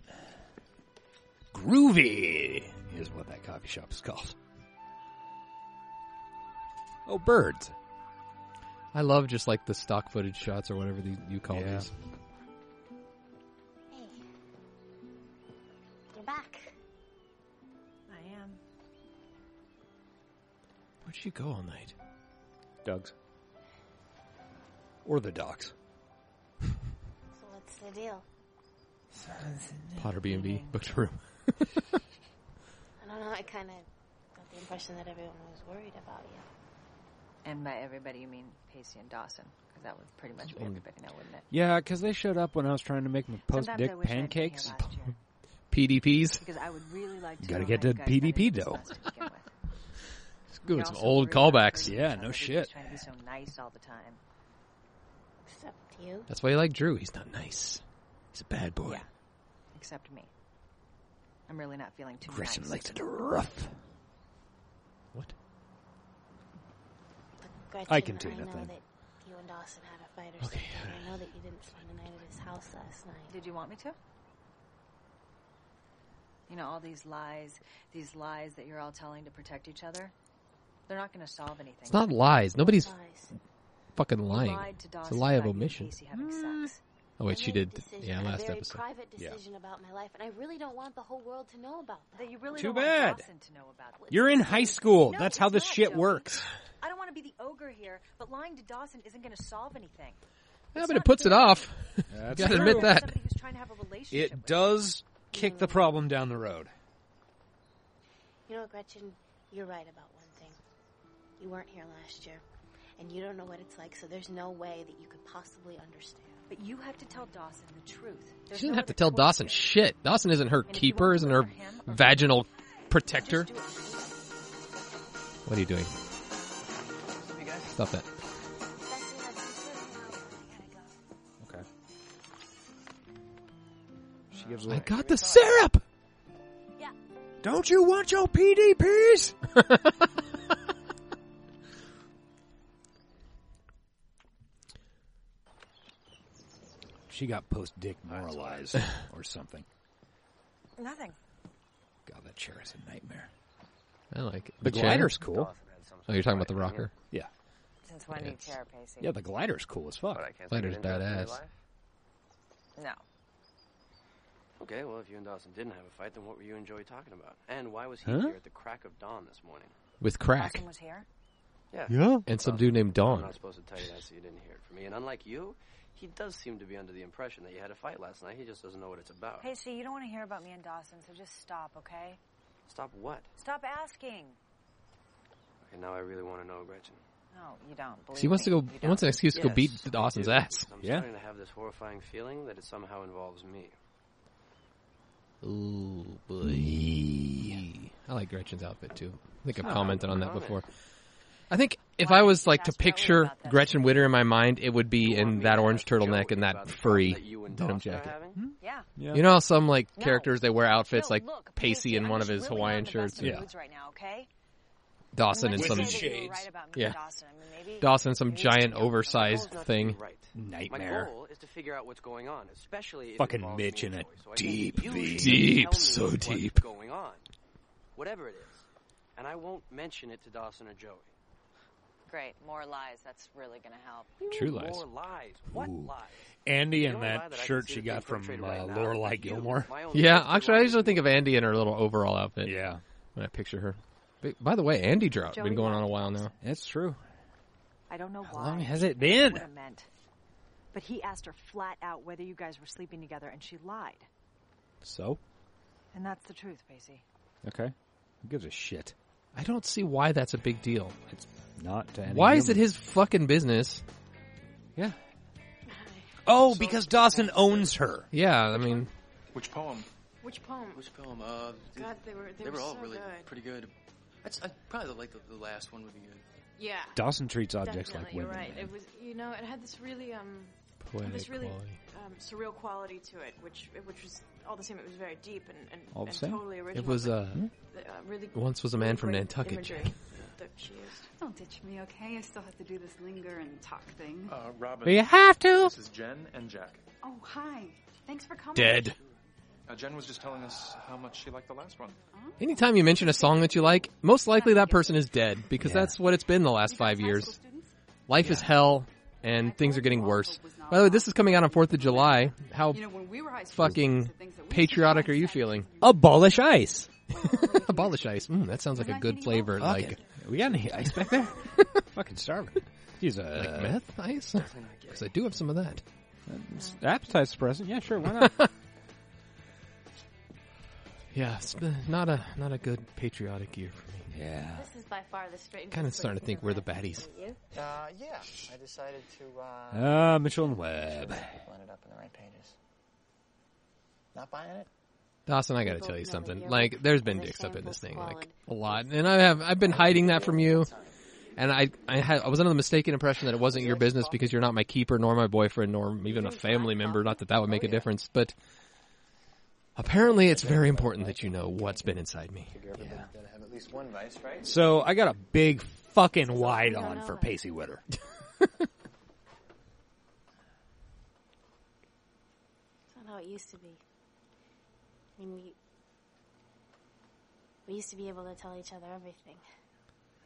[SPEAKER 2] Groovy is what that coffee shop is called. Oh, birds.
[SPEAKER 3] I love just like the stock footage shots or whatever the, you call these.
[SPEAKER 11] You're back.
[SPEAKER 12] I am.
[SPEAKER 3] Where'd she go all night?
[SPEAKER 2] Doug's. Or the docks.
[SPEAKER 11] So what's the deal?
[SPEAKER 3] Potter B and B booked a room.
[SPEAKER 11] I don't know. I kind of got the impression that everyone was worried about you.
[SPEAKER 12] And by everybody, you mean Pacey and Dawson, because that would pretty much be everybody now, wouldn't it?
[SPEAKER 2] Yeah, because they showed up when I was trying to make my post
[SPEAKER 12] Sometimes I
[SPEAKER 2] dick
[SPEAKER 12] wish I had been here
[SPEAKER 2] pancakes.
[SPEAKER 12] last year,
[SPEAKER 3] PDPs.
[SPEAKER 12] Because I would really like to.
[SPEAKER 2] Gotta
[SPEAKER 12] know
[SPEAKER 2] get
[SPEAKER 12] how you
[SPEAKER 2] to
[SPEAKER 12] guys got
[SPEAKER 2] PDP
[SPEAKER 12] into this
[SPEAKER 2] dough.
[SPEAKER 12] mess to begin with.
[SPEAKER 3] It's good.
[SPEAKER 12] We
[SPEAKER 3] Some
[SPEAKER 12] also
[SPEAKER 3] old
[SPEAKER 12] worry about
[SPEAKER 3] callbacks.
[SPEAKER 12] hurting
[SPEAKER 2] Yeah,
[SPEAKER 12] each
[SPEAKER 2] no
[SPEAKER 12] other because
[SPEAKER 2] shit.
[SPEAKER 12] Trying to be so nice all the time.
[SPEAKER 11] Except you.
[SPEAKER 3] That's why you like Drew. He's not nice. He's a bad boy.
[SPEAKER 12] Yeah. Except me. I'm really not feeling too
[SPEAKER 3] Gretchen
[SPEAKER 12] nice.
[SPEAKER 3] likes it rough.
[SPEAKER 11] Gretchen,
[SPEAKER 2] I can take
[SPEAKER 11] I
[SPEAKER 2] that
[SPEAKER 11] know
[SPEAKER 2] then.
[SPEAKER 11] that you and Dawson had a fight or something. I know that you didn't spend the night at his house last night.
[SPEAKER 12] Did you want me to? You know, all these lies, these lies that you're all telling to protect each other, they're not going to solve anything.
[SPEAKER 3] It's not lies. Nobody's fucking
[SPEAKER 12] You
[SPEAKER 3] lying.
[SPEAKER 12] lied to
[SPEAKER 3] It's a
[SPEAKER 12] Dawson
[SPEAKER 3] lie
[SPEAKER 12] about
[SPEAKER 3] of
[SPEAKER 12] you and
[SPEAKER 3] omission.
[SPEAKER 12] Casey having
[SPEAKER 15] Mm.
[SPEAKER 12] sex.
[SPEAKER 3] Oh wait, she did.
[SPEAKER 11] Decision,
[SPEAKER 3] Yeah,
[SPEAKER 11] a
[SPEAKER 3] last
[SPEAKER 11] very
[SPEAKER 3] episode.
[SPEAKER 11] private decision about my life, and I really don't want the whole world to know about that.
[SPEAKER 12] You really
[SPEAKER 2] Too
[SPEAKER 12] don't
[SPEAKER 2] bad.
[SPEAKER 12] want Dawson to know about it.
[SPEAKER 2] You're in high school.
[SPEAKER 12] No,
[SPEAKER 2] That's how
[SPEAKER 12] it's
[SPEAKER 2] this
[SPEAKER 12] not,
[SPEAKER 2] shit
[SPEAKER 12] Joey.
[SPEAKER 2] works.
[SPEAKER 12] I don't want to be the ogre here, but lying to Dawson isn't going to solve anything.
[SPEAKER 3] Yeah, but it puts it off.
[SPEAKER 2] That's
[SPEAKER 3] Gotta admit
[SPEAKER 2] true.
[SPEAKER 3] that.
[SPEAKER 12] Somebody who's trying to have a relationship.
[SPEAKER 2] It does kick the problem down the road.
[SPEAKER 11] You know, what, Gretchen, you're right about one thing. You weren't here last year, and you don't know what it's like, so there's no way that you could possibly understand.
[SPEAKER 10] But you have to tell Dawson the truth.
[SPEAKER 3] She
[SPEAKER 10] There's
[SPEAKER 3] doesn't
[SPEAKER 10] no
[SPEAKER 3] have to tell Dawson shit. Dawson isn't her keeper, isn't her vaginal protector. What are you doing? Stop that.
[SPEAKER 16] Okay. She gives.
[SPEAKER 3] I got the syrup.
[SPEAKER 2] Don't you want your PDPs? she got post dick moralized or something.
[SPEAKER 15] Nothing.
[SPEAKER 2] God, that chair is a nightmare.
[SPEAKER 3] I like it.
[SPEAKER 2] The
[SPEAKER 3] chair?
[SPEAKER 2] glider's cool.
[SPEAKER 3] Oh, you're talking about the rocker.
[SPEAKER 2] Yeah.
[SPEAKER 15] Since when do you care, Pacey?
[SPEAKER 2] Yeah, the glider's cool as fuck.
[SPEAKER 3] Glider's badass.
[SPEAKER 15] No.
[SPEAKER 4] Okay, well, if you and Dawson didn't have a fight, then what were you and Joey talking about? And why was he
[SPEAKER 3] Huh?
[SPEAKER 4] here at the crack of dawn this morning?
[SPEAKER 3] With crack.
[SPEAKER 4] Dawson was here? Yeah.
[SPEAKER 3] And some dude named Dawn.
[SPEAKER 4] I'm not supposed to tell you that, so you didn't hear it from me. And unlike you, he does seem to be under the impression that you had a fight last night. He just doesn't know what it's about.
[SPEAKER 10] Pacey, you don't want to hear about me and Dawson, so just stop, okay?
[SPEAKER 4] Stop what?
[SPEAKER 10] Stop asking.
[SPEAKER 4] Okay, now I really want to know, Gretchen.
[SPEAKER 15] No, you don't. Believe
[SPEAKER 3] She wants to
[SPEAKER 15] me,
[SPEAKER 3] go.
[SPEAKER 15] you
[SPEAKER 3] Wants an
[SPEAKER 15] don't.
[SPEAKER 3] excuse to go
[SPEAKER 4] Yes,
[SPEAKER 3] beat
[SPEAKER 4] I
[SPEAKER 3] Dawson's
[SPEAKER 4] do.
[SPEAKER 3] ass.
[SPEAKER 4] I'm starting to have this horrifying feeling that it somehow involves me.
[SPEAKER 3] Ooh, boy. I like Gretchen's outfit too. I think I've
[SPEAKER 4] Shut
[SPEAKER 3] commented
[SPEAKER 4] up,
[SPEAKER 3] on that
[SPEAKER 4] comment.
[SPEAKER 3] before. I think if I was like to picture Gretchen Witter in my mind, it would be in that orange turtleneck and that furry denim jacket.
[SPEAKER 10] Yeah.
[SPEAKER 3] You know how some like characters they wear outfits like Pacey in one of his Hawaiian shirts.
[SPEAKER 10] Yeah. Moods right now, okay?
[SPEAKER 3] Dawson in
[SPEAKER 10] Let's
[SPEAKER 3] some
[SPEAKER 10] say that you were right about me
[SPEAKER 3] yeah.
[SPEAKER 10] and Dawson. I mean, maybe-
[SPEAKER 3] Dawson in some
[SPEAKER 10] maybe
[SPEAKER 3] giant
[SPEAKER 10] something else.
[SPEAKER 3] oversized thing.
[SPEAKER 4] My goal is to figure out what's going on, especially if it
[SPEAKER 2] Fucking
[SPEAKER 4] involves
[SPEAKER 2] Mitch
[SPEAKER 4] me
[SPEAKER 2] in
[SPEAKER 4] and
[SPEAKER 2] a
[SPEAKER 4] Joey. So I
[SPEAKER 2] deep
[SPEAKER 4] think you
[SPEAKER 2] V.
[SPEAKER 4] should
[SPEAKER 2] Deep,
[SPEAKER 4] tell me
[SPEAKER 2] so
[SPEAKER 4] what's
[SPEAKER 2] deep.
[SPEAKER 4] going on, whatever it is, and I won't mention it to Dawson or Joey.
[SPEAKER 15] Great. More lies. That's really going to help.
[SPEAKER 2] True lies.
[SPEAKER 4] More lies. What lies?
[SPEAKER 2] Andy
[SPEAKER 4] The
[SPEAKER 2] and
[SPEAKER 4] only lie
[SPEAKER 2] that
[SPEAKER 4] I can
[SPEAKER 2] shirt
[SPEAKER 4] see
[SPEAKER 2] she
[SPEAKER 4] that's being
[SPEAKER 2] got from uh,
[SPEAKER 4] perpetrated right now
[SPEAKER 2] Lorelai
[SPEAKER 4] is you,
[SPEAKER 2] Gilmore.
[SPEAKER 4] my own
[SPEAKER 3] Yeah, actually, I usually think of Andy in her little overall outfit.
[SPEAKER 2] Yeah,
[SPEAKER 3] when I picture her. But, by the way, Andy drought
[SPEAKER 10] Joey
[SPEAKER 3] been going on a while now.
[SPEAKER 2] That's true.
[SPEAKER 10] I don't know why.
[SPEAKER 3] long has it
[SPEAKER 10] I
[SPEAKER 3] been?
[SPEAKER 10] What it meant. But he asked her flat out whether you guys were sleeping together, and she lied.
[SPEAKER 2] So
[SPEAKER 10] And that's the truth, Pacey.
[SPEAKER 2] okay, who gives a shit?
[SPEAKER 3] I don't see why that's a big deal.
[SPEAKER 2] It's not to any
[SPEAKER 3] Why is it
[SPEAKER 2] human.
[SPEAKER 3] his fucking business? Yeah.
[SPEAKER 2] Oh, because Dawson owns her.
[SPEAKER 3] Yeah, I mean,
[SPEAKER 8] Which poem?
[SPEAKER 5] Which poem?
[SPEAKER 17] Which poem? Uh,
[SPEAKER 5] God, they were- they were
[SPEAKER 17] all
[SPEAKER 5] so
[SPEAKER 17] really
[SPEAKER 5] good.
[SPEAKER 17] pretty good. I'd, s- I'd probably like the, the last one would be good.
[SPEAKER 5] Yeah.
[SPEAKER 2] Dawson treats objects
[SPEAKER 5] Definitely,
[SPEAKER 2] like women.
[SPEAKER 5] You're right.
[SPEAKER 2] man.
[SPEAKER 5] It was, you know, it had this really, um,
[SPEAKER 2] Poetic
[SPEAKER 5] this really
[SPEAKER 2] quality.
[SPEAKER 5] um, surreal quality to it, which which was all the same. It was very deep and, and,
[SPEAKER 3] All the
[SPEAKER 5] and
[SPEAKER 3] same?
[SPEAKER 5] totally
[SPEAKER 3] It
[SPEAKER 5] original.
[SPEAKER 3] was,
[SPEAKER 5] but
[SPEAKER 3] uh, Hmm?
[SPEAKER 5] the, uh, really.
[SPEAKER 3] Once was a man from
[SPEAKER 5] great
[SPEAKER 3] Nantucket,
[SPEAKER 5] imagery
[SPEAKER 3] Jack.
[SPEAKER 5] That she used.
[SPEAKER 14] Don't ditch me, okay? I still have to do this linger and talk thing.
[SPEAKER 8] Uh, Robin.
[SPEAKER 3] You have to.
[SPEAKER 8] This is Jen and Jack.
[SPEAKER 14] Oh, hi. Thanks for coming.
[SPEAKER 3] Dead.
[SPEAKER 8] Uh, Jen was just telling us how much she liked the last one.
[SPEAKER 3] anytime you mention a song that you like, most likely that person is dead because that's what it's been the last five years. Life is hell, and things are getting worse. By the way, this is coming out on Fourth of July. How
[SPEAKER 14] You know, when we were high school,
[SPEAKER 3] fucking
[SPEAKER 14] the things that we
[SPEAKER 3] patriotic are you feeling?
[SPEAKER 2] Abolish ice.
[SPEAKER 3] Abolish ice. Mm, that sounds like a good flavor.
[SPEAKER 2] Fuck
[SPEAKER 3] Like
[SPEAKER 2] it. we got any ice back there? Fucking starving. He's a
[SPEAKER 3] like uh, meth ice. Because I do have some of that.
[SPEAKER 2] appetite suppressant. Yeah, sure. Why not?
[SPEAKER 3] Yeah, it's been not a not a good patriotic year for me.
[SPEAKER 2] Yeah.
[SPEAKER 13] This is by far the strangest.
[SPEAKER 3] Kinda starting to think we're the baddies.
[SPEAKER 13] Uh, yeah. I decided to. Uh,
[SPEAKER 2] Ah, Mitchell and Webb.
[SPEAKER 13] blend it up in the right pages. Not buying it.
[SPEAKER 3] Dawson, I got to tell you something. Like, there's been dicks up in this thing, like a lot, and I have I've been hiding that from you. And I I, had, I was under the mistaken impression that it wasn't your business because you're not my keeper, nor my boyfriend, nor even a family member. Not that that would make a difference, but apparently it's very important that you know what's been inside me.
[SPEAKER 13] Figure everybody's gotta have at least one vice, right?
[SPEAKER 2] So I got a big fucking wide on for Pacey Witter.
[SPEAKER 13] It's not how it used to be. I mean, we we used to be able to tell each other everything.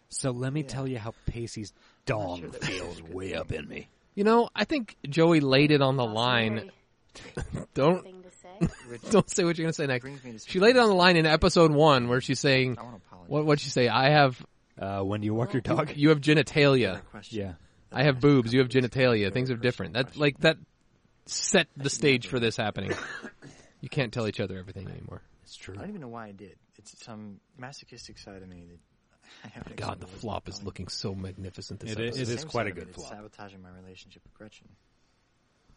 [SPEAKER 2] So let me tell you how Pacey's dong feels way up in me.
[SPEAKER 3] You know, I think Joey laid it on the line. don't don't say what you're gonna say next. She laid it on the line in episode one where she's saying, "What what'd she say? I have."
[SPEAKER 2] Uh, when do you walk your dog?
[SPEAKER 3] You have genitalia.
[SPEAKER 2] Yeah.
[SPEAKER 3] I have boobs. You have genitalia. Things are different. That like that set the stage for this happening. You can't tell each other everything anymore. It's
[SPEAKER 13] I don't even know why I did. It's some masochistic side of me that I have. to
[SPEAKER 3] God, the
[SPEAKER 13] explain.
[SPEAKER 3] flop is looking so magnificent. This
[SPEAKER 2] It is-
[SPEAKER 3] episode.
[SPEAKER 2] it
[SPEAKER 13] It's the
[SPEAKER 2] is
[SPEAKER 13] same
[SPEAKER 2] quite
[SPEAKER 13] side
[SPEAKER 2] a
[SPEAKER 13] of me
[SPEAKER 2] good
[SPEAKER 13] that's
[SPEAKER 2] flop.
[SPEAKER 13] Sabotaging my relationship with Gretchen.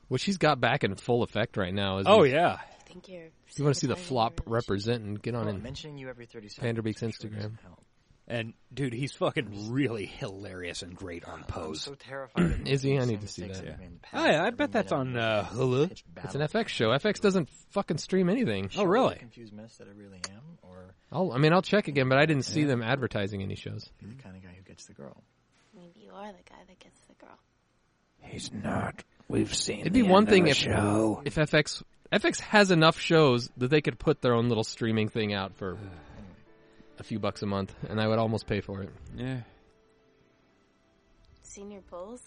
[SPEAKER 3] What she's got back in full effect right now is.
[SPEAKER 2] Oh, yeah.
[SPEAKER 11] I think you're.
[SPEAKER 3] You want to see the flop representing? Get on
[SPEAKER 13] Well,
[SPEAKER 3] in
[SPEAKER 13] mentioning you every 30 seconds
[SPEAKER 3] Vanderbeek's
[SPEAKER 13] I'm sure
[SPEAKER 3] Instagram.
[SPEAKER 13] doesn't help.
[SPEAKER 2] And dude, he's fucking really hilarious and great on pose.
[SPEAKER 13] so terrified of
[SPEAKER 3] Is he? I need to
[SPEAKER 13] making
[SPEAKER 3] see
[SPEAKER 13] the
[SPEAKER 3] that.
[SPEAKER 13] mistakes I've made in the
[SPEAKER 2] Oh, yeah, I bet that's on uh, Hulu.
[SPEAKER 3] It's an FX show. FX doesn't fucking stream anything.
[SPEAKER 13] Show
[SPEAKER 3] Oh,
[SPEAKER 13] the
[SPEAKER 3] really?
[SPEAKER 13] Confused mess that I really am, or
[SPEAKER 3] I'll, I mean, I'll check again, but I didn't see them advertising any shows.
[SPEAKER 2] Hmm.
[SPEAKER 13] be the kind of guy who gets the girl.
[SPEAKER 11] Maybe you are the guy that gets the girl.
[SPEAKER 2] He's not. We've seen.
[SPEAKER 3] It'd be one thing if if FX FX has enough shows that they could put their own little streaming thing out for a few bucks a month, and I would almost pay for it.
[SPEAKER 2] Yeah.
[SPEAKER 11] Senior bulls?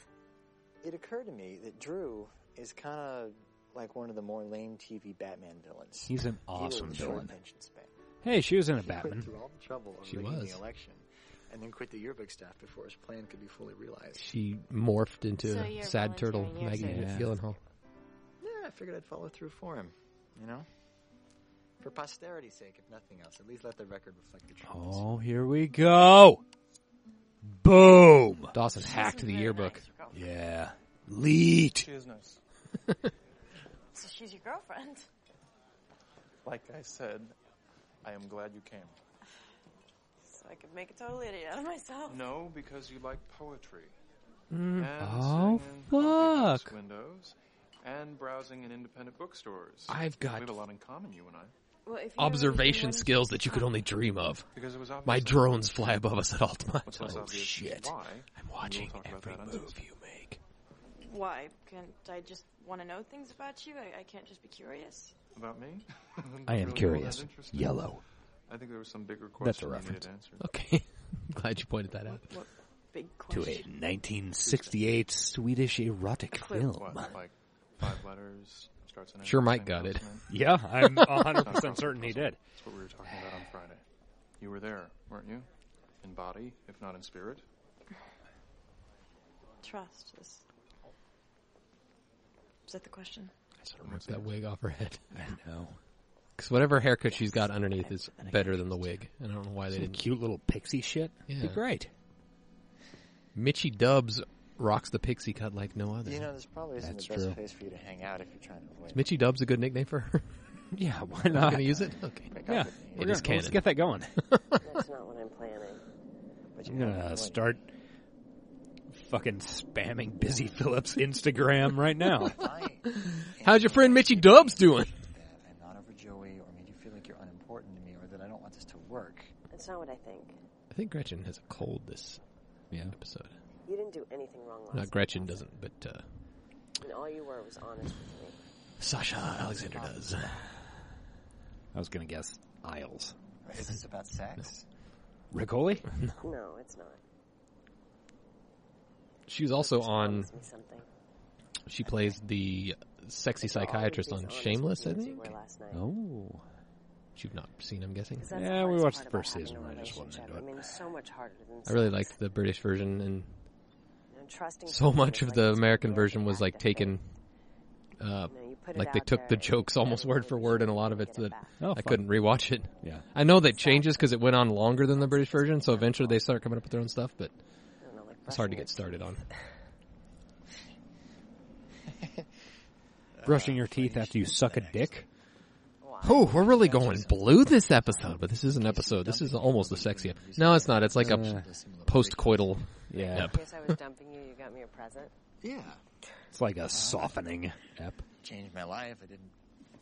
[SPEAKER 13] It occurred to me that Drew is kind of like one of the more lame TV Batman villains.
[SPEAKER 2] He's an
[SPEAKER 13] He lives
[SPEAKER 2] awesome
[SPEAKER 13] with a short
[SPEAKER 2] villain.
[SPEAKER 13] attention span.
[SPEAKER 2] Hey, she was in a
[SPEAKER 13] He went
[SPEAKER 2] Batman.
[SPEAKER 13] through all the trouble of
[SPEAKER 3] She
[SPEAKER 13] rigging
[SPEAKER 3] was.
[SPEAKER 13] the election, and then quit the yearbook staff before his plan could be fully realized.
[SPEAKER 3] She morphed into
[SPEAKER 11] So
[SPEAKER 3] a
[SPEAKER 11] you're
[SPEAKER 3] sad turtle,
[SPEAKER 11] volunteering your
[SPEAKER 3] Maggie
[SPEAKER 11] services.
[SPEAKER 3] Gyllenhaal.
[SPEAKER 13] Yeah, I figured I'd follow through for him. You know, for posterity's sake, if nothing else, at least let the record reflect the truth.
[SPEAKER 2] Oh, here we go. Boom.
[SPEAKER 3] Dawson hacked the yearbook.
[SPEAKER 2] Yeah. Leet.
[SPEAKER 8] She is nice.
[SPEAKER 5] So she's your girlfriend.
[SPEAKER 8] Like I said, I am glad you came.
[SPEAKER 5] So I could make a total idiot out of myself.
[SPEAKER 8] No, because you like poetry.
[SPEAKER 2] Mm.
[SPEAKER 8] And
[SPEAKER 2] Oh,
[SPEAKER 8] sitting in coffee house
[SPEAKER 2] fuck.
[SPEAKER 8] Windows and browsing in independent bookstores.
[SPEAKER 3] I've got-
[SPEAKER 8] We have a lot in common, you and I.
[SPEAKER 5] Well, if you
[SPEAKER 3] Observation skills that you could only dream of.
[SPEAKER 8] Because it was obvious
[SPEAKER 3] My
[SPEAKER 8] that-
[SPEAKER 3] drones fly above us at all times.
[SPEAKER 8] What's less
[SPEAKER 3] Oh
[SPEAKER 8] obvious is
[SPEAKER 3] shit!
[SPEAKER 8] Why?
[SPEAKER 3] I'm watching
[SPEAKER 8] We'll talk about
[SPEAKER 3] every
[SPEAKER 8] that on
[SPEAKER 3] move
[SPEAKER 8] Tuesday.
[SPEAKER 3] you make.
[SPEAKER 5] Why? Can't I just want to know things about you? I, I can't just be curious.
[SPEAKER 8] About me?
[SPEAKER 2] I am
[SPEAKER 8] Really all that
[SPEAKER 2] curious.
[SPEAKER 8] interested?
[SPEAKER 2] Yellow.
[SPEAKER 8] I think there was some bigger question.
[SPEAKER 2] That's a
[SPEAKER 8] you
[SPEAKER 2] reference.
[SPEAKER 8] needed answered.
[SPEAKER 3] Okay, I'm glad you pointed that out.
[SPEAKER 5] What big
[SPEAKER 2] To
[SPEAKER 5] question?
[SPEAKER 2] a 1968 Swedish erotic film.
[SPEAKER 8] What, like five letters? Starts and ends
[SPEAKER 3] Sure
[SPEAKER 8] with the
[SPEAKER 3] Mike
[SPEAKER 8] same
[SPEAKER 3] got it.
[SPEAKER 8] consonant?
[SPEAKER 2] Yeah, I'm
[SPEAKER 8] Sounds
[SPEAKER 2] 100%
[SPEAKER 8] awful
[SPEAKER 2] certain he
[SPEAKER 8] puzzle.
[SPEAKER 2] did.
[SPEAKER 8] That's what we were talking about on Friday. You were there, weren't you? In body, if not in spirit.
[SPEAKER 5] Trust is. Is that the question?
[SPEAKER 3] I sort of ripped that wig off her head.
[SPEAKER 2] I know.
[SPEAKER 3] Because whatever haircut she's got underneath is better than the wig. And I don't know why they
[SPEAKER 2] Some
[SPEAKER 3] didn't.
[SPEAKER 2] cute little pixie shit.
[SPEAKER 3] Yeah.
[SPEAKER 2] Be great.
[SPEAKER 3] Mitchie Dubs rocks the pixie cut like no other.
[SPEAKER 13] You know, this probably isn't
[SPEAKER 3] That's
[SPEAKER 13] the best
[SPEAKER 3] true.
[SPEAKER 13] place for you to hang out if you're trying to avoid.
[SPEAKER 3] Is Mitchie Dubs a good nickname for her?
[SPEAKER 2] Yeah, why
[SPEAKER 3] Are we
[SPEAKER 2] not?
[SPEAKER 3] gonna use it? Okay. It
[SPEAKER 2] Yeah, we're
[SPEAKER 3] is
[SPEAKER 2] gonna- let's
[SPEAKER 3] canon.
[SPEAKER 2] get that going.
[SPEAKER 10] That's not what I'm planning.
[SPEAKER 13] But
[SPEAKER 2] I'm
[SPEAKER 13] you have
[SPEAKER 2] gonna
[SPEAKER 13] avoided.
[SPEAKER 2] start fucking spamming Busy Phillips Instagram right now.
[SPEAKER 13] I
[SPEAKER 3] How's your friend Mitchie Dubs doing?
[SPEAKER 13] that I'm not over Joey, or made you feel like you're unimportant to me, or that I don't want this to work.
[SPEAKER 10] That's not what I think.
[SPEAKER 3] I think Gretchen has a cold this episode.
[SPEAKER 10] You didn't do anything wrong last
[SPEAKER 3] Not Gretchen doesn't, but uh,
[SPEAKER 10] night, and all you were was honest with me.
[SPEAKER 3] Sasha Alexander does.
[SPEAKER 2] I was gonna guess Isles.
[SPEAKER 13] Is this about sex?
[SPEAKER 2] Ricoli?
[SPEAKER 10] No, it's not.
[SPEAKER 3] She's also on.
[SPEAKER 10] Promise me something.
[SPEAKER 3] She plays the sexy psychiatrist on Shameless, I think.
[SPEAKER 2] Oh.
[SPEAKER 3] You've not seen, I'm guessing.
[SPEAKER 2] Yeah, we watched the first season and I just wasn't
[SPEAKER 10] I
[SPEAKER 2] into it.
[SPEAKER 10] mean, so much harder than
[SPEAKER 3] I really
[SPEAKER 10] sex.
[SPEAKER 3] liked the British version, and
[SPEAKER 10] And trusting
[SPEAKER 3] so
[SPEAKER 10] someone
[SPEAKER 3] much
[SPEAKER 10] is
[SPEAKER 3] of
[SPEAKER 10] like
[SPEAKER 3] the
[SPEAKER 10] it's
[SPEAKER 3] American
[SPEAKER 10] gonna be a
[SPEAKER 3] version was like
[SPEAKER 10] reactive thing.
[SPEAKER 3] taken, uh,
[SPEAKER 10] You know, you put it
[SPEAKER 3] like they
[SPEAKER 10] out
[SPEAKER 3] took the
[SPEAKER 10] there,
[SPEAKER 3] jokes almost word for word, and a lot of it that
[SPEAKER 2] Oh,
[SPEAKER 3] I
[SPEAKER 2] fuck.
[SPEAKER 3] couldn't rewatch it.
[SPEAKER 2] Yeah.
[SPEAKER 3] I know that changes because it went on longer than the British version, so eventually they start coming up with their own stuff, but
[SPEAKER 10] I don't know, like
[SPEAKER 3] it's hard to
[SPEAKER 10] brushing
[SPEAKER 3] get started on.
[SPEAKER 2] Brushing your teeth after you suck a dick?
[SPEAKER 3] Oh, we're really going blue this episode, but this is an episode. This is almost the sexy. ep- No, it's not. It's like a post-coital.
[SPEAKER 2] Yeah.
[SPEAKER 3] ep.
[SPEAKER 10] your- Yes, I was dumping you. You got me a present.
[SPEAKER 13] Yeah.
[SPEAKER 2] It's like a softening ep.
[SPEAKER 13] Changed my life. I didn't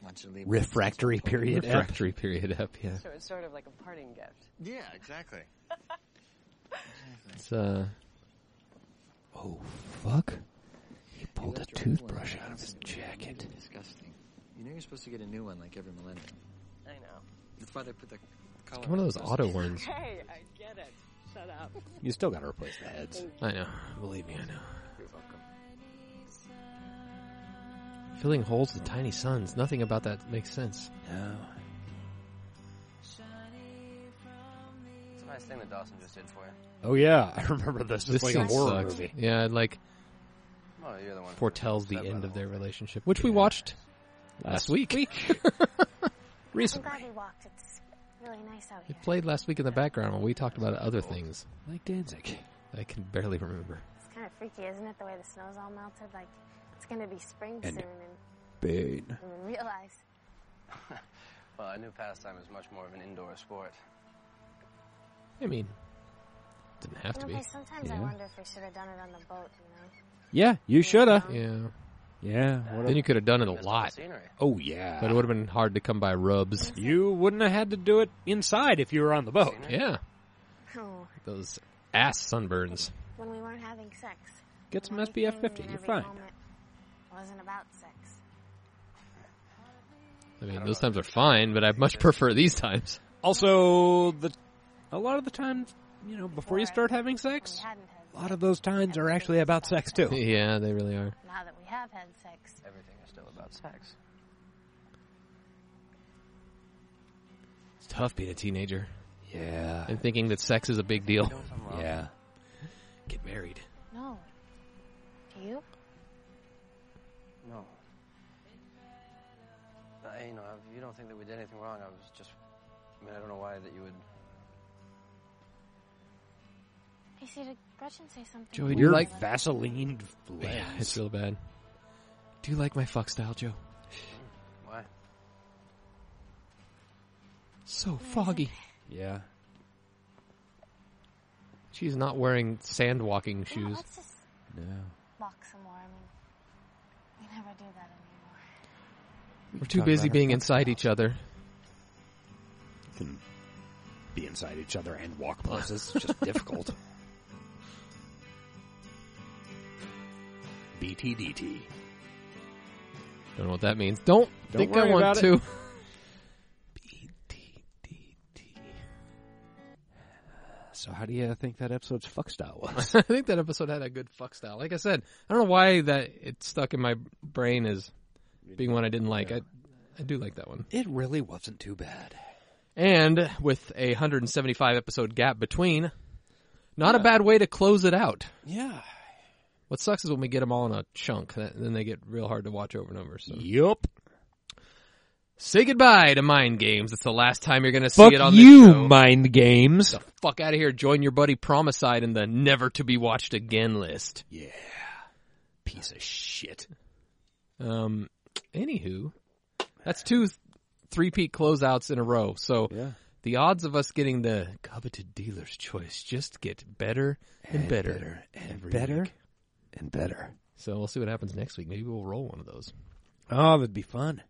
[SPEAKER 13] want you to leave.
[SPEAKER 2] Refractory period ep.
[SPEAKER 3] Refractory period up, yeah.
[SPEAKER 10] So it's sort of like a parting gift.
[SPEAKER 13] Yeah, exactly.
[SPEAKER 3] It's, uh,
[SPEAKER 2] Oh, fuck. He
[SPEAKER 13] You
[SPEAKER 2] pulled a
[SPEAKER 13] left your old one
[SPEAKER 2] toothbrush
[SPEAKER 13] in the
[SPEAKER 2] out of his
[SPEAKER 13] basement.
[SPEAKER 2] jacket.
[SPEAKER 13] Disgusting. You know you're supposed to get a new one like every millennium.
[SPEAKER 10] I know.
[SPEAKER 13] That's why they put the color.
[SPEAKER 3] one of
[SPEAKER 13] on
[SPEAKER 3] those
[SPEAKER 13] the
[SPEAKER 3] auto worms.
[SPEAKER 10] Hey, I get it. Shut up.
[SPEAKER 2] You still gotta replace the heads.
[SPEAKER 3] I know. Believe me, I know.
[SPEAKER 13] plastic. You're welcome.
[SPEAKER 3] Filling holes with tiny suns. Nothing about that makes sense.
[SPEAKER 2] No.
[SPEAKER 4] It's a nice thing that Dawson just did for you.
[SPEAKER 2] Oh yeah, I remember this. It's like a
[SPEAKER 3] scene
[SPEAKER 2] horror
[SPEAKER 3] sucks.
[SPEAKER 2] movie.
[SPEAKER 3] Yeah, it like
[SPEAKER 4] Oh, you're the one. who
[SPEAKER 3] foretells the
[SPEAKER 4] upset about
[SPEAKER 3] end of
[SPEAKER 4] the
[SPEAKER 3] their
[SPEAKER 4] whole
[SPEAKER 3] relationship, which we watched last week.
[SPEAKER 11] I'm
[SPEAKER 2] Recently.
[SPEAKER 11] glad we walked. It's really nice out here.
[SPEAKER 3] It played last week in the background when we talked about
[SPEAKER 4] Oh.
[SPEAKER 3] other things.
[SPEAKER 2] Like Danzig.
[SPEAKER 3] I can barely remember.
[SPEAKER 11] It's kind of freaky, isn't it? The way the snow's all melted. Like, It's gonna be spring
[SPEAKER 7] And
[SPEAKER 11] soon, and
[SPEAKER 7] Bane.
[SPEAKER 11] I'm gonna realize.
[SPEAKER 4] Well, I knew pastime is much more of an indoor sport.
[SPEAKER 3] I mean, doesn't have to
[SPEAKER 11] you know,
[SPEAKER 3] be.
[SPEAKER 11] Paige, sometimes I
[SPEAKER 3] Yeah.
[SPEAKER 11] wonder if we should have done it on the boat. You know,
[SPEAKER 7] Yeah, you shoulda.
[SPEAKER 3] Yeah.
[SPEAKER 7] Yeah.
[SPEAKER 3] Then you could have done it a lot.
[SPEAKER 2] Oh yeah.
[SPEAKER 3] But it would have been hard to come by rubs.
[SPEAKER 2] You wouldn't have had to do it inside if you were on the boat.
[SPEAKER 3] Yeah.
[SPEAKER 11] Oh,
[SPEAKER 3] Those ass sunburns.
[SPEAKER 11] when we weren't having sex.
[SPEAKER 2] Get some
[SPEAKER 11] Many
[SPEAKER 2] SPF
[SPEAKER 11] things
[SPEAKER 2] 50,
[SPEAKER 11] in
[SPEAKER 2] you're
[SPEAKER 11] every
[SPEAKER 2] fine.
[SPEAKER 11] moment Wasn't about sex.
[SPEAKER 3] I mean, those times are fine, but I much prefer these times.
[SPEAKER 2] Also, the a lot of the times, you know, before you start having sex, a lot of those times are actually about sex too.
[SPEAKER 3] Yeah, they really are.
[SPEAKER 11] Now that we have had sex,
[SPEAKER 4] everything is still about sex.
[SPEAKER 3] It's tough being a teenager.
[SPEAKER 7] Yeah.
[SPEAKER 3] And thinking that sex is a big deal.
[SPEAKER 7] Yeah.
[SPEAKER 3] Get married.
[SPEAKER 11] No. Do you?
[SPEAKER 4] No. I, you know, if you don't think that we did anything wrong, I was just. I mean, I don't know why that you would.
[SPEAKER 11] Casey, did Gretchen say something?
[SPEAKER 3] Joey, do
[SPEAKER 2] Your
[SPEAKER 3] you like
[SPEAKER 2] Vaseline legs.
[SPEAKER 3] Yeah, it's real bad. Do you like my fuck style, Joe?
[SPEAKER 4] Why?
[SPEAKER 3] So foggy.
[SPEAKER 7] Yeah.
[SPEAKER 3] She's not wearing sand walking
[SPEAKER 11] You know,
[SPEAKER 3] shoes.
[SPEAKER 11] let's just
[SPEAKER 7] No.
[SPEAKER 11] walk some more. I mean, we never do that anymore.
[SPEAKER 3] We're too
[SPEAKER 7] Talk
[SPEAKER 3] busy
[SPEAKER 7] about
[SPEAKER 3] being
[SPEAKER 7] her
[SPEAKER 3] inside each other.
[SPEAKER 2] can be inside each other and walk places. It's just difficult. BTDT.
[SPEAKER 3] Don't know what that means. Don't,
[SPEAKER 2] Don't
[SPEAKER 3] think
[SPEAKER 2] worry
[SPEAKER 3] I want
[SPEAKER 2] about
[SPEAKER 3] to.
[SPEAKER 2] it.
[SPEAKER 7] So how do you think that episode's fuck style was?
[SPEAKER 3] I think that episode had a good fuck style. Like I said, I don't know why that it stuck in my brain as being one I didn't like. I I do like that one.
[SPEAKER 2] It really wasn't too bad.
[SPEAKER 3] And with a 175 episode gap between, not a
[SPEAKER 2] Yeah.
[SPEAKER 3] bad way to close it out.
[SPEAKER 2] Yeah.
[SPEAKER 3] What sucks is when we get them all in a chunk, that, then they get real hard to watch over and over. So.
[SPEAKER 2] Yup.
[SPEAKER 3] Say goodbye to Mind Games. It's the last time you're going to see
[SPEAKER 2] Fuck
[SPEAKER 3] it on
[SPEAKER 2] you,
[SPEAKER 3] this show.
[SPEAKER 2] Mind Games.
[SPEAKER 3] The fuck out of here. Join your buddy Promicide in the never to be watched again list.
[SPEAKER 2] Yeah. Piece of shit.
[SPEAKER 3] Um, anywho, that's two three peat closeouts in a row. So the odds of us getting the coveted dealer's choice just get better and,
[SPEAKER 7] And
[SPEAKER 3] better,
[SPEAKER 7] better
[SPEAKER 3] every
[SPEAKER 7] better
[SPEAKER 3] week.
[SPEAKER 7] and better.
[SPEAKER 3] So we'll see what happens next week. Maybe we'll roll one of those.
[SPEAKER 7] Oh, that'd be fun.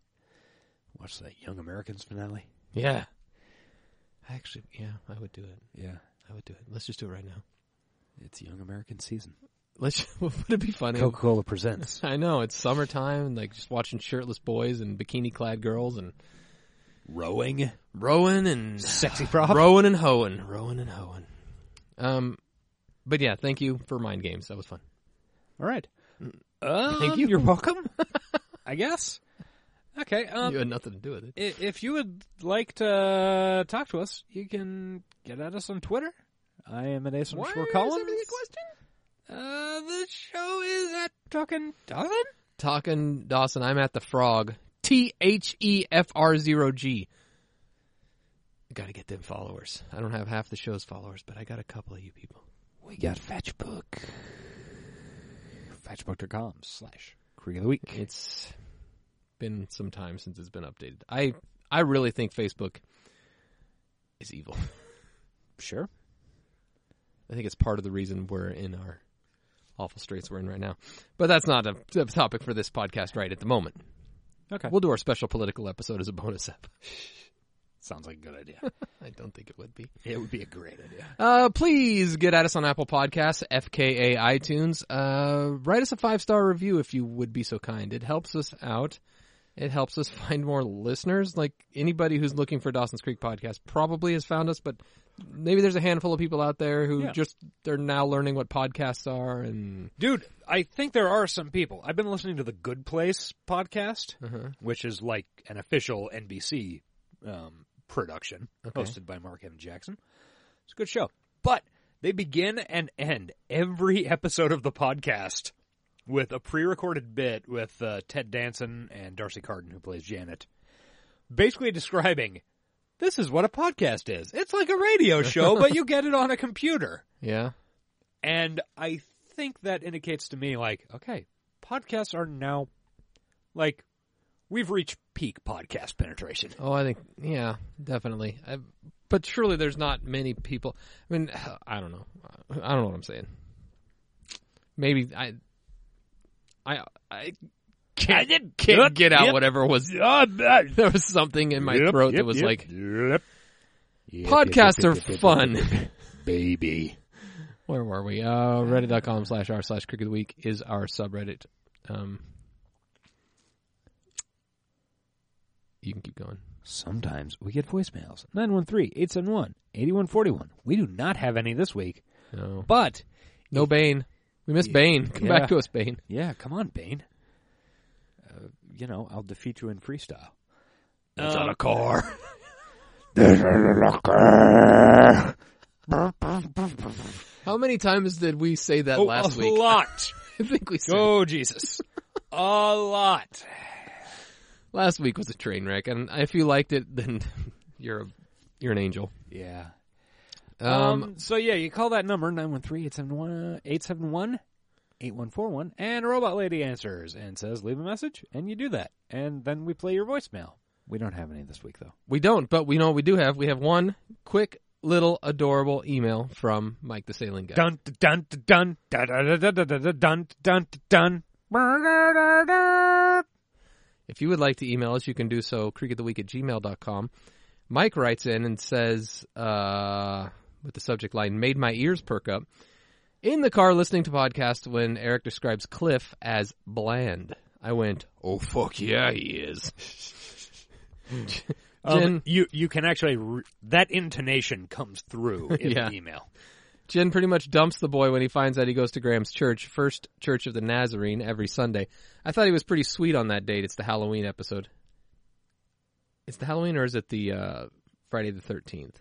[SPEAKER 7] Watch that Young Americans finale.
[SPEAKER 3] Yeah. Actually, yeah, I would do it.
[SPEAKER 7] Yeah.
[SPEAKER 3] I would do it. Let's just do it right now.
[SPEAKER 7] It's Young American season.
[SPEAKER 3] Let's. Would it be funny?
[SPEAKER 7] Coca Cola presents.
[SPEAKER 3] I know it's summertime, and like just watching shirtless boys and bikini-clad girls and
[SPEAKER 7] Rowing.
[SPEAKER 3] rowing and
[SPEAKER 7] Sexy prop.
[SPEAKER 3] rowing and hoeing, rowing and hoeing. Um, but yeah, thank you for mind games. That was fun.
[SPEAKER 2] All right.
[SPEAKER 7] Mm.
[SPEAKER 3] Thank you.
[SPEAKER 2] You're welcome. I guess. Okay. Um,
[SPEAKER 3] you had nothing to do with it.
[SPEAKER 2] I- If you would like to uh, talk to us, you can get at us on Twitter. I am at Ace underscore Collins. Uh, the show is at Talking Donovan.
[SPEAKER 3] Talking Dawson, I'm at the frog. T H E F R zero G. Got to get them followers. I don't have half the show's followers, but I got a couple of you people.
[SPEAKER 7] We got Fetchbook. Fetchbook.com slash Creek of the Week.
[SPEAKER 3] It's been some time since it's been updated. I I really think Facebook is evil.
[SPEAKER 7] Sure.
[SPEAKER 3] I think it's part of the reason we're in our awful straits we're in right now. But that's not a, a topic for this podcast right at the moment.
[SPEAKER 2] Okay.
[SPEAKER 3] We'll do our special political episode as a bonus app.
[SPEAKER 7] Sounds like a good idea.
[SPEAKER 3] I don't think it would be.
[SPEAKER 7] it would be a great idea.
[SPEAKER 3] Uh, please get at us on Apple Podcasts, FKA iTunes. Uh, write us a five star review if you would be so kind. It helps us out. It helps us find more listeners. Like anybody who's looking for Dawson's Creek podcast probably has found us, but maybe there's a handful of people out there who
[SPEAKER 2] Yeah.
[SPEAKER 3] just they're now learning what podcasts are and
[SPEAKER 2] Dude, I think there are some people. I've been listening to the Good Place podcast,
[SPEAKER 3] Uh-huh.
[SPEAKER 2] which is like an official NBC um, production
[SPEAKER 3] Okay.
[SPEAKER 2] hosted by Mark M. Jackson. It's a good show. But they begin and end every episode of the podcast with a pre recorded bit with uh, Ted Danson and Darcy Carden, who plays Janet, basically describing this is what a podcast is. It's like a radio show, but you get it on a computer.
[SPEAKER 3] yeah.
[SPEAKER 2] And I think that indicates to me, like, okay, podcasts are now like we've reached peak podcast penetration.
[SPEAKER 3] Oh, I think yeah, definitely. I, but surely there's not many people. I mean, I don't know. I don't know what I'm saying. Maybe I, I, I can't, can't get out
[SPEAKER 2] Yep.
[SPEAKER 3] whatever was.
[SPEAKER 2] Yep.
[SPEAKER 3] There was something in my
[SPEAKER 2] Yep,
[SPEAKER 3] throat
[SPEAKER 2] yep,
[SPEAKER 3] that was
[SPEAKER 2] yep,
[SPEAKER 3] like,
[SPEAKER 2] yep.
[SPEAKER 3] podcasts
[SPEAKER 2] Yep,
[SPEAKER 3] are
[SPEAKER 2] yep, yep, yep,
[SPEAKER 3] fun.
[SPEAKER 2] yep, yep, baby.
[SPEAKER 3] Where were we? Uh, reddit.com slash r slash cricket of the week is our subreddit. Um, you can keep going.
[SPEAKER 2] Sometimes we get voicemails 913 871 8141. We do not have any this week.
[SPEAKER 3] No.
[SPEAKER 2] But.
[SPEAKER 3] No Bane. We miss Bane. Come back to us, Bane.
[SPEAKER 2] Yeah, come on, Bane. Uh, you know, I'll defeat you in freestyle. That's
[SPEAKER 1] Um,
[SPEAKER 2] on a car.
[SPEAKER 3] How many times did we say that
[SPEAKER 2] Oh,
[SPEAKER 3] last
[SPEAKER 2] a
[SPEAKER 3] week?
[SPEAKER 2] lot.
[SPEAKER 3] I think we said
[SPEAKER 2] Oh, Jesus. a lot.
[SPEAKER 3] Last week was a train wreck, and if you liked it, then you're a, you're an angel.
[SPEAKER 2] Yeah.
[SPEAKER 3] Um,
[SPEAKER 2] Um, so yeah, you call that number 913-871-871 8141 and robot lady answers and says leave a message and you do that and then we play your voicemail. We don't have any this week though.
[SPEAKER 3] we don't, but we know what we do have. We have one quick little adorable email from Mike the Sailing Guy.
[SPEAKER 2] Dun dun dun dun dun dun dun dun dun dun.
[SPEAKER 3] If you would like to email us, you can do so, creekoftheweek at gmail.com. Mike writes in and says, uh, with the subject line, made my ears perk up. In the car listening to podcast when Eric describes Cliff as bland. I went, oh, fuck yeah, he is.
[SPEAKER 2] Um,
[SPEAKER 3] Jen-
[SPEAKER 2] you you can actually re- that intonation comes through in
[SPEAKER 3] Yeah.
[SPEAKER 2] the email.
[SPEAKER 3] Jen pretty much dumps the boy when he finds out he goes to Graham's church, First Church of the Nazarene, every Sunday. I thought he was pretty sweet on that date. It's the Halloween episode. It's the Halloween or is it the uh, Friday the 13th?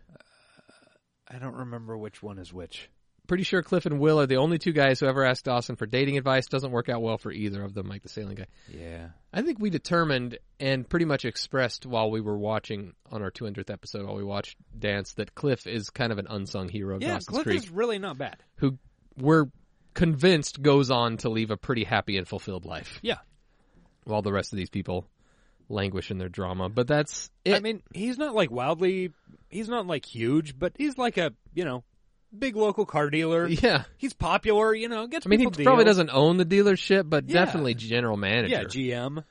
[SPEAKER 2] I don't remember which one is which.
[SPEAKER 3] Pretty sure Cliff and Will are the only two guys who ever asked Dawson for dating advice. Doesn't work out well for either of them, Mike the Sailing Guy.
[SPEAKER 2] Yeah.
[SPEAKER 3] I think we determined and pretty much expressed while we were watching on our 200th episode, while we watched Dance, that Cliff is kind of an unsung hero of
[SPEAKER 2] Yeah,
[SPEAKER 3] Dawson's
[SPEAKER 2] Cliff
[SPEAKER 3] Creek.
[SPEAKER 2] is really not bad.
[SPEAKER 3] who we're convinced goes on to leave a pretty happy and fulfilled life.
[SPEAKER 2] Yeah.
[SPEAKER 3] While the rest of these people languish in their drama. But that's
[SPEAKER 2] I mean, he's not like wildly, he's not like huge, but he's like a, you know, big local car dealer.
[SPEAKER 3] Yeah.
[SPEAKER 2] He's popular, you know, gets
[SPEAKER 3] I mean he
[SPEAKER 2] people
[SPEAKER 3] probably
[SPEAKER 2] deals.
[SPEAKER 3] doesn't own the dealership, but
[SPEAKER 2] Yeah.
[SPEAKER 3] definitely general
[SPEAKER 2] Yeah,
[SPEAKER 3] manager.
[SPEAKER 2] GM.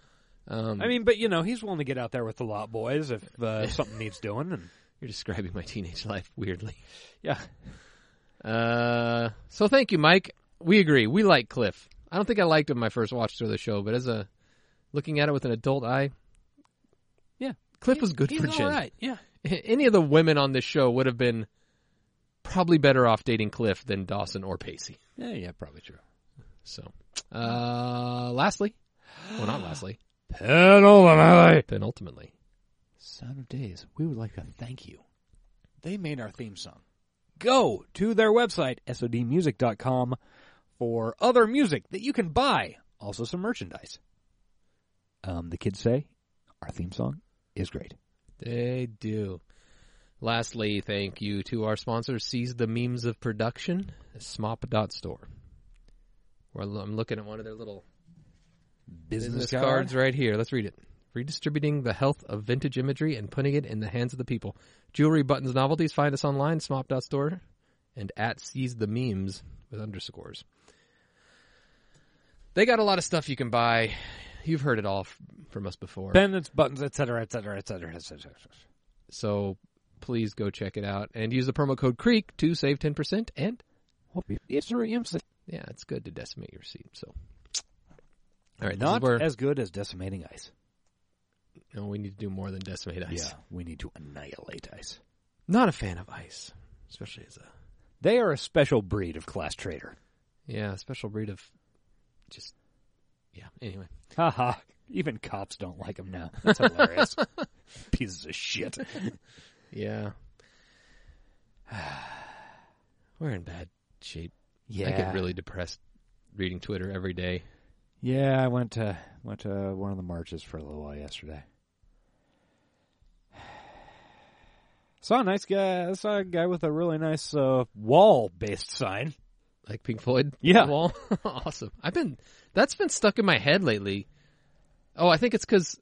[SPEAKER 3] um,
[SPEAKER 2] I mean, but you know, he's willing to get out there with the lot boys if uh, something needs doing. And
[SPEAKER 3] you're describing my teenage life weirdly.
[SPEAKER 2] yeah,
[SPEAKER 3] Uh, so thank you, Mike. We agree. We like Cliff. I don't think I liked him my first watch through the show, but as a looking at it with an adult eye,
[SPEAKER 2] yeah,
[SPEAKER 3] Cliff was good
[SPEAKER 2] he's
[SPEAKER 3] for
[SPEAKER 2] all
[SPEAKER 3] Jen.
[SPEAKER 2] right, yeah.
[SPEAKER 3] any of the women on this show would have been probably better off dating Cliff than Dawson or Pacey.
[SPEAKER 2] yeah, yeah, probably true.
[SPEAKER 3] So, uh, lastly, well, not lastly,
[SPEAKER 2] Penultimately.
[SPEAKER 3] penultimately,
[SPEAKER 2] Sound of Days, we would like to thank you. They made our theme song. Go to their website, sodmusic.com, for other music that you can buy, also some merchandise. Um, the kids say our theme song is great.
[SPEAKER 3] they do. Lastly, thank you to our sponsor, Seize the Memes of Production, smop.store. Where I'm looking at one of their little business cards right here. Let's read it. Redistributing the health of vintage imagery and putting it in the hands of the people. Jewelry, buttons, novelties. Find us online, smop.store, and at seize the memes with underscores. They got a lot of stuff you can buy. You've heard it all f- from us before.
[SPEAKER 2] Pendants, buttons, etc., etc., etc., etc.
[SPEAKER 3] So please go check it out and use the promo code CREEK to save 10% and yeah, it's good to decimate your receipt. So, all right, this is
[SPEAKER 2] Not
[SPEAKER 3] where-
[SPEAKER 2] as good as decimating ice.
[SPEAKER 3] no, we need to do more than decimate ice.
[SPEAKER 2] Yeah, we need to annihilate ice.
[SPEAKER 3] Not a fan of ice, especially as a
[SPEAKER 2] They are a special breed of class traitor.
[SPEAKER 3] Yeah, a special breed of just yeah. Anyway,
[SPEAKER 2] Ha ha. Even cops don't like them now. That's hilarious. Pieces of shit.
[SPEAKER 3] yeah, we're in bad shape. I
[SPEAKER 2] Yeah.
[SPEAKER 3] get really depressed reading Twitter every day.
[SPEAKER 2] Yeah, I went to went to one of the marches for a little while yesterday. Saw a nice guy. Saw a guy with a really nice uh, wall-based sign.
[SPEAKER 3] Like Pink Floyd?
[SPEAKER 2] Yeah.
[SPEAKER 3] Wall? awesome. I've been, that's been stuck in my head lately. Oh, I think it's because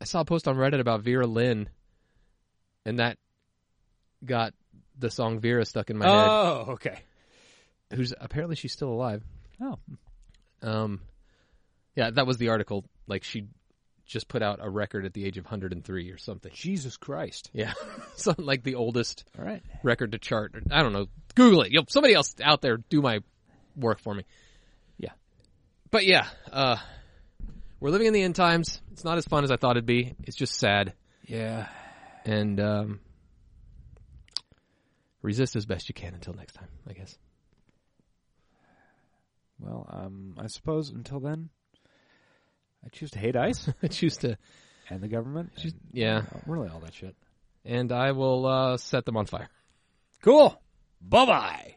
[SPEAKER 3] I saw a post on Reddit about Vera Lynn, and that got the song Vera stuck in my head.
[SPEAKER 2] Oh, okay.
[SPEAKER 3] Who's apparently she's still alive.
[SPEAKER 2] Oh.
[SPEAKER 3] Um, yeah, that was the article. Like she just put out a record at the age of 103 or something.
[SPEAKER 2] Jesus Christ.
[SPEAKER 3] Yeah, something like the oldest
[SPEAKER 2] All right.
[SPEAKER 3] record to chart. or- I don't know. Google it. You'll, somebody else out there do my work for me.
[SPEAKER 2] Yeah.
[SPEAKER 3] But yeah, uh, we're living in the end times. It's not as fun as I thought it'd be. It's just sad.
[SPEAKER 2] Yeah.
[SPEAKER 3] And um, resist as best you can until next time, I guess.
[SPEAKER 2] Well, um, I suppose until then, I choose to hate ICE.
[SPEAKER 3] I choose to.
[SPEAKER 2] And the government. and
[SPEAKER 3] Yeah.
[SPEAKER 2] Really all that shit.
[SPEAKER 3] And I will uh, set them on fire.
[SPEAKER 2] Cool. Bye bye.